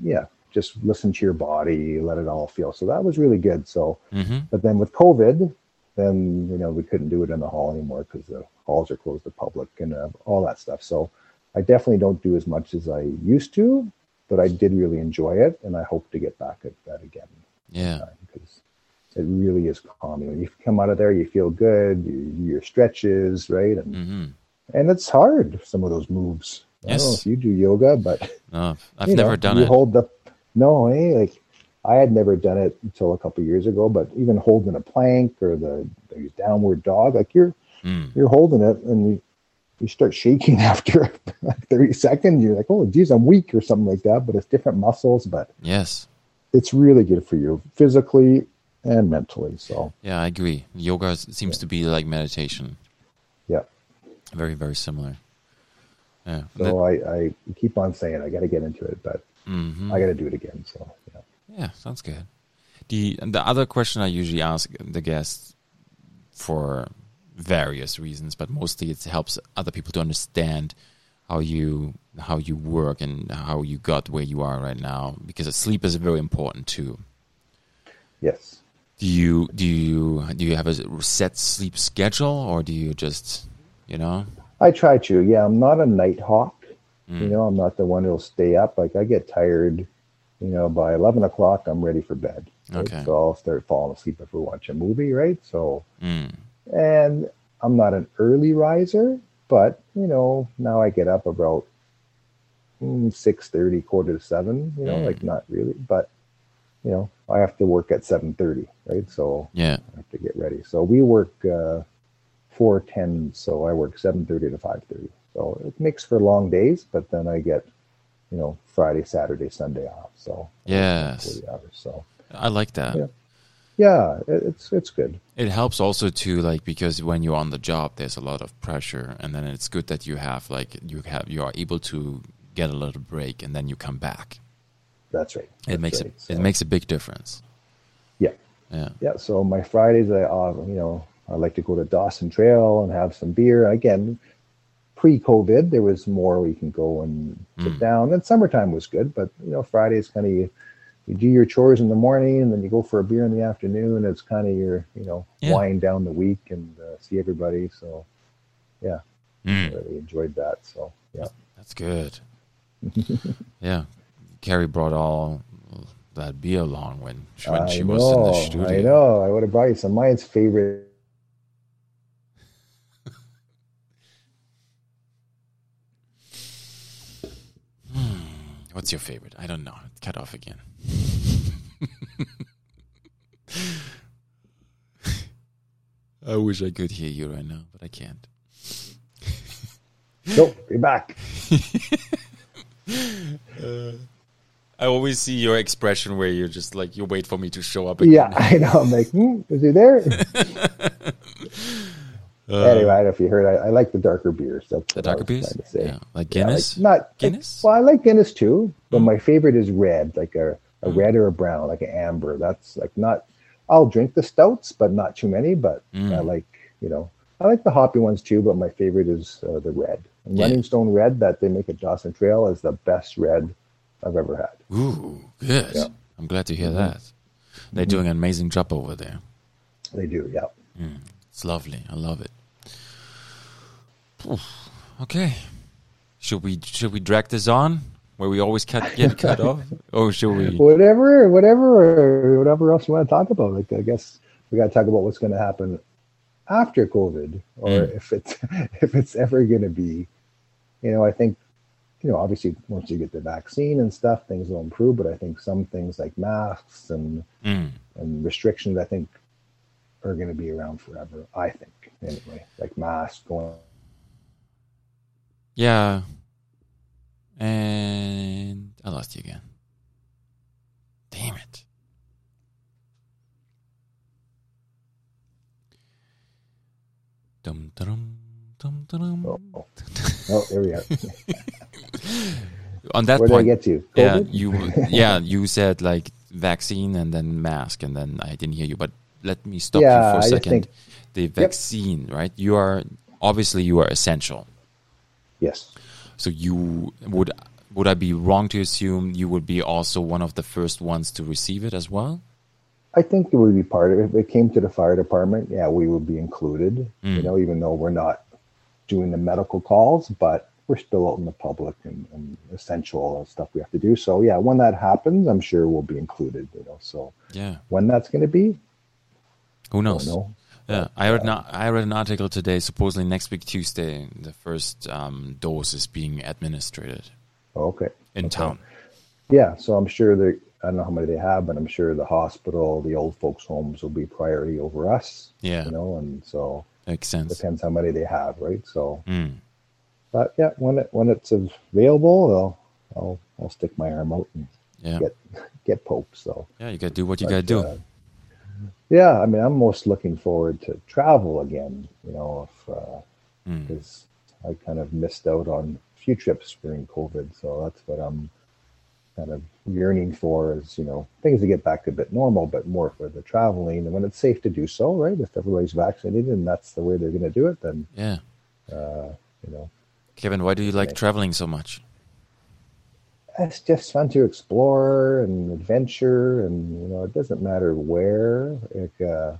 S2: yeah, just listen to your body, let it all feel. So that was really good. So.
S1: hmm
S2: But then with COVID, then you know we couldn't do it in the hall anymore because the halls are closed to public and uh, all that stuff. So I definitely don't do as much as I used to, but I did really enjoy it, and I hope to get back at that again
S1: Yeah.
S2: because it really is calming. When you come out of there, you feel good. You, you do your stretches, right? And
S1: hmm
S2: and it's hard some of those moves. I don't know
S1: Yes.
S2: if you do yoga, but
S1: No, I've
S2: you know,
S1: never done
S2: you
S1: it.
S2: hold the no, eh? Like I had never done it until a couple years ago, but even holding a plank or the, the downward dog, like you're
S1: Mm.
S2: you're holding it and you, you start shaking [LAUGHS] after like 30 seconds. You're like, oh, geez, I'm weak or something like that. But it's different muscles, but
S1: Yes.
S2: it's really good for you physically and mentally. So
S1: Yeah, I agree. Yoga s- seems to be like meditation.
S2: yeah.
S1: Very, very similar. Yeah.
S2: So I, I keep on saying I got to get into it, but
S1: hmm
S2: I got to do it again. So yeah.
S1: Yeah, sounds good. The the other question I usually ask the guests for various reasons, but mostly it helps other people to understand how you how you work and how you got where you are right now because sleep is very important too.
S2: yes.
S1: Do you do you do you have a set sleep schedule or do you just you know?
S2: I try to. Yeah, I'm not a night hawk.
S1: Mm.
S2: You know, I'm not the one who'll stay up. Like I get tired. You know, by eleven o'clock, I'm ready for bed. right?
S1: Okay.
S2: So I'll start falling asleep if we watch a movie, right? So,
S1: Mm,
S2: and I'm not an early riser, but you know, now I get up about mm, six thirty, quarter to seven. You know,
S1: Mm.
S2: like not really, but you know, I have to work at seven thirty, right? So
S1: yeah.
S2: I have to get ready. So we work uh, four ten. So I work seven thirty to five thirty. So it makes for long days, but then I get, you know, Friday, Saturday, Sunday off. So I work like
S1: Yes.
S2: forty hours. So
S1: I like that.
S2: Yeah. yeah, it, it's it's good.
S1: It helps also to like because when you're on the job, there's a lot of pressure, and then it's good that you have like you have you are able to get a little break, and then you come back.
S2: That's right.
S1: It
S2: That's
S1: makes
S2: right.
S1: it
S2: So,
S1: it makes a big difference.
S2: yeah
S1: Yeah,
S2: yeah. So my Fridays, I uh, you know I like to go to Dawson Trail and have some beer. Again, pre-COVID, there was more we can go and sit
S1: Mm.
S2: down. And summertime was good, but you know Fridays kind of you, you do your chores in the morning and then you go for a beer in the afternoon. It's kind of your you know
S1: Yeah.
S2: wind down the week and uh, see everybody. So I
S1: Mm,
S2: really enjoyed that. So yeah,
S1: that's
S2: [LAUGHS]
S1: good. yeah, Carrie brought all that beer along when she, when she was in the studio.
S2: I know. I would have brought you some mine's favorite.
S1: What's your favorite? I don't know. It Cut off again. [LAUGHS] I wish I could hear you right now, but I can't.
S2: Nope, you're back.
S1: I always see your expression where you're just like you wait for me to show up.
S2: Yeah, [LAUGHS] I know. I'm like, hmm, is he
S1: [LAUGHS]
S2: there? [LAUGHS] anyway, I don't know if you heard. I, I like the darker beers. That's
S1: the darker beers,
S2: Trying to say.
S1: yeah, like
S2: Yeah, like-
S1: Guinness.
S2: not like-
S1: Guinness? Hmm.
S2: well, I like Guinness too, but my favorite is red, like a, a red or a brown, like an amber. That's like not. I'll drink the stouts, but not too many. But
S1: Hmm.
S2: I like you know I like the hoppy ones too. But my favorite is uh, the red. And
S1: Yeah.
S2: Running Stone Red that they make at Dawson Trail is the best red I've ever had.
S1: Ooh, good.
S2: Yeah. Mm-hmm.
S1: I'm glad to hear that. They're doing an amazing job over there.
S2: They do, yeah.
S1: It's lovely. I love it. Phew. Okay, should we should we drag this on where we always cut get
S2: [LAUGHS]
S1: cut off, or should we?
S2: Whatever, whatever, whatever else you want to talk about. Like I guess we got to talk about what's going to happen after COVID, or
S1: Hmm.
S2: if it's [LAUGHS] if it's ever going to be. You know, I think you know obviously once you get the vaccine and stuff, things will improve. But I think some things like masks and
S1: Mm.
S2: and restrictions, I think, are going to be around forever. I think anyway, like masks going.
S1: Yeah. And I lost you again. Damn. Damn it. Dum dum dum dum.
S2: Oh, oh there we
S1: [LAUGHS]
S2: are.
S1: On that
S2: Where did I
S1: point,
S2: get to?
S1: yeah,
S2: COVID?
S1: you yeah, you said like vaccine and then mask, and then I didn't hear you. But let me stop
S2: Yeah,
S1: you for
S2: I
S1: a
S2: just
S1: second.
S2: think-
S1: the vaccine, right? You are obviously you are essential.
S2: Yes.
S1: So you would would I be wrong to assume you would be also one of the first ones to receive it as well?
S2: I think it would be part of it. If it came to the fire department, yeah, we would be included, you know, even though we're not doing the medical calls, but we're still out in the public and, and essential and stuff we have to do. So, yeah, when that happens, I'm sure we'll be included, you know. So,
S1: Yeah.
S2: when that's going to be,
S1: Who
S2: I
S1: knows?
S2: don't know.
S1: Yeah, I read, na- I read an article today. Supposedly next week Tuesday, the first um, dose is being administered
S2: Okay.
S1: in town.
S2: Yeah, so I'm sure that I don't know how many they have, but I'm sure the hospital, the old folks' homes will be priority over us.
S1: Yeah.
S2: You know, and so
S1: Makes sense.
S2: depends how many they have, right? So,
S1: Mm.
S2: but yeah, when it when it's available, I'll I'll, I'll stick my arm out and
S1: Yeah,
S2: get get Pope. So
S1: yeah. You gotta do what you
S2: But,
S1: gotta do.
S2: uh, yeah, I mean, I'm most looking forward to travel again. You know, if
S1: Mm.
S2: because I kind of missed out on a few trips during COVID, so that's what I'm kind of yearning for is you know things to get back to a bit normal, but more for the traveling and when it's safe to do so, right? If everybody's vaccinated and that's the way they're going to do it, then
S1: Yeah,
S2: uh, you know
S1: Kevin. Why do you like traveling so much?
S2: it's just fun to explore and adventure and you know it doesn't matter where like uh,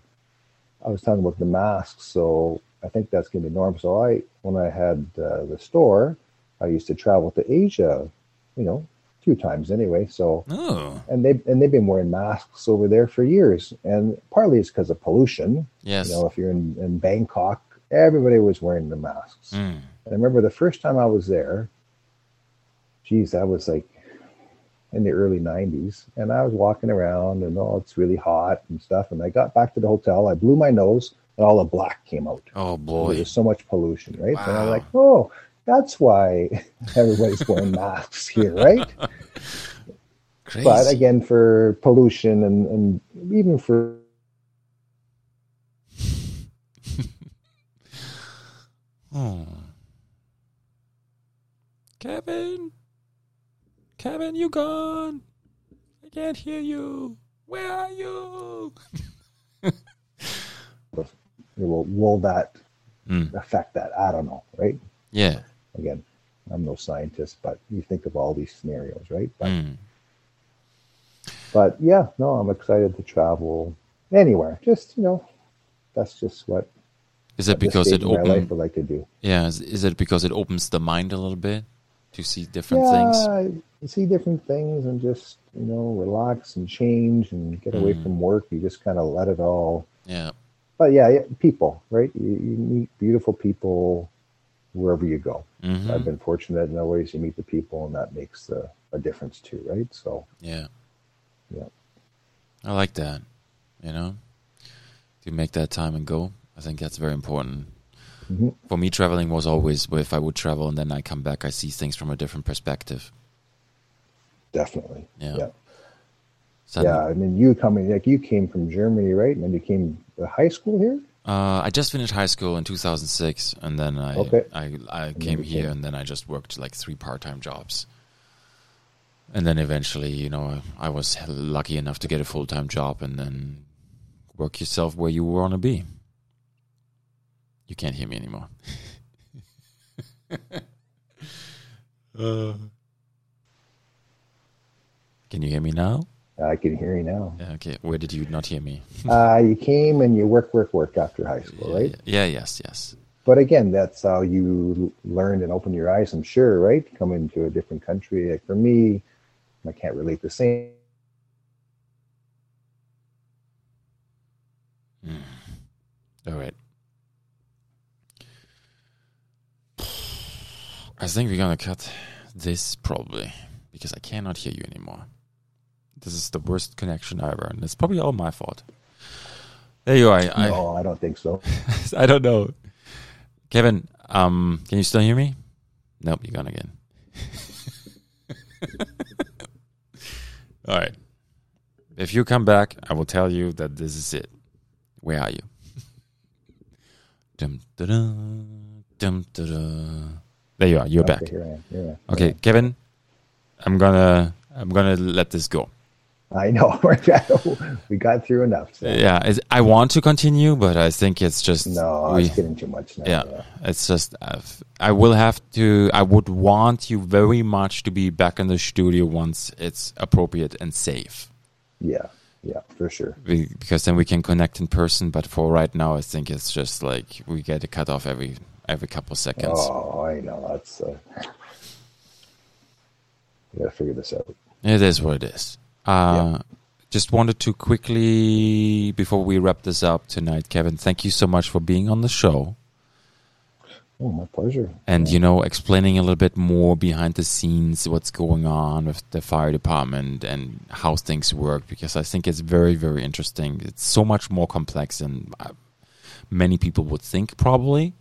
S2: i was talking about the masks so i think that's going to be norm so i when i had uh, the store i used to travel to asia you know a few times anyway so
S1: Oh,
S2: and they and they've been wearing masks over there for years and partly it's because of pollution
S1: yes.
S2: you know if you're in, in bangkok everybody was wearing the masks
S1: Mm.
S2: and I remember the first time I was there, geez, I was like in the early 90s. And I was walking around and oh, it's really hot and stuff. And I got back to the hotel, I blew my nose, and all the black came out.
S1: Oh
S2: There
S1: boy.
S2: was so much pollution, right? And I'm
S1: Wow.
S2: like, oh, that's why [LAUGHS] everybody's wearing masks
S1: [LAUGHS]
S2: here, right?
S1: Crazy.
S2: But again, for pollution and, and even for
S1: Oh. Kevin! Kevin, you gone! I can't hear you! Where are you?
S2: will, will that
S1: Mm.
S2: affect that? I don't know, right?
S1: Yeah.
S2: Again, I'm no scientist, but you think of all these scenarios, right? But
S1: Mm.
S2: but yeah, no, I'm excited to travel anywhere. Just you know, that's just what
S1: Is it
S2: this
S1: because
S2: stage
S1: it
S2: in my life
S1: opens?
S2: would like to do.
S1: Yeah. Is, is it because it opens the mind a little bit to see different things?
S2: yeah, I see different things and just you know relax and change and get
S1: Mm.
S2: away from work. You just kind of let it all.
S1: Yeah.
S2: But yeah, yeah people, right? You, you meet beautiful people wherever you go.
S1: hmm
S2: I've been fortunate in other ways. You meet the people, and that makes a, a difference too, right? So
S1: Yeah.
S2: Yeah.
S1: I like that. You know, to make that time and go. I think that's very important.
S2: Mhm.
S1: For me, traveling was always if I would travel and then I come back, I see things from a different perspective.
S2: definitely,
S1: Yeah.
S2: yeah.
S1: So
S2: yeah, I mean, you coming like you came from Germany, right? And then you came to high school here.
S1: Uh, I just finished high school in 2006, and then I
S2: Okay.
S1: I, I came
S2: you
S1: here,
S2: came.
S1: and then I just worked like three part time jobs, and then eventually, you know, I was lucky enough to get a full time job, and then work yourself where you want to be. You can't hear me anymore. Can you hear me now?
S2: I can hear you now.
S1: Yeah, okay. Where did you not hear me?
S2: uh, you came and you work, work, work after high school, right?
S1: Yeah. Yes. Yes.
S2: But again, that's how you learned and opened your eyes, I'm sure, right? Coming to a different country. Like for me, I can't relate the same.
S1: All right. I think we're gonna cut this probably because I cannot hear you anymore. This is the worst connection ever, and it's probably all my fault. There you are. I,
S2: no, I don't think so.
S1: [LAUGHS] I, I don't know. Kevin, um, can you still hear me? Nope, you're gone [LAUGHS] again. all right. If you come back, I will tell you that this is it.
S3: Where are you?
S1: [LAUGHS]
S3: dum, da-da, dum, da-da.
S1: There you are. You're back.
S2: Okay, here I am. Here I am.
S1: Okay, Kevin, I'm gonna I'm gonna let this go.
S2: I [LAUGHS] know. we got through enough. So.
S1: Yeah, it's, I want to continue, but I think it's just
S2: No,
S1: we-
S2: it's getting too much now.
S1: yeah, it's just I've, I will have to. I would want you very much to be back in the studio once it's appropriate and safe,
S2: Yeah. Yeah, for sure.
S1: we, because then we can connect in person. But for right now, I think it's just like we get a cut off every every couple of seconds.
S2: Oh, I know. That's. Uh, [LAUGHS] we gotta figure this out.
S1: It is what it is. Uh, Just wanted to quickly, before we wrap this up tonight, Kevin, thank you so much for being on the show
S2: Oh, my pleasure.
S1: and, you know, explaining a little bit more behind the scenes what's going on with the fire department and how things work because I think it's very, very interesting. It's so much more complex than uh, many people would think, probably.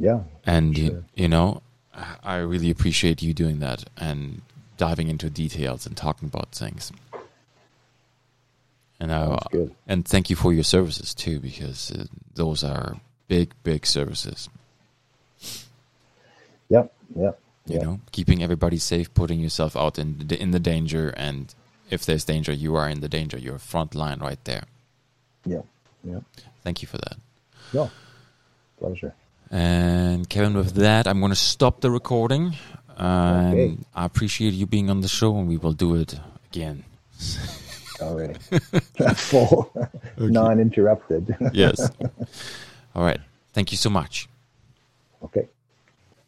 S2: Yeah,
S1: and you, you know I- i really appreciate you doing that and diving into details and talking about things and I,
S2: Sounds good.
S1: and thank you for your services too because uh, those are big big services
S2: Yep, yep.
S1: you
S2: yep.
S1: know keeping everybody safe putting yourself out in the, in the danger and if there's danger you are in the danger you're front line right there
S2: Yep, yep.
S1: thank you for that
S2: No, pleasure.
S1: And Kevin, with that, I'm going to stop the recording. And
S2: Okay.
S1: I appreciate you being on the show, and we will do it again.
S2: Already [LAUGHS] full, non-interrupted.
S1: [LAUGHS] Yes. All right. Thank you so much.
S2: [LAUGHS] okay.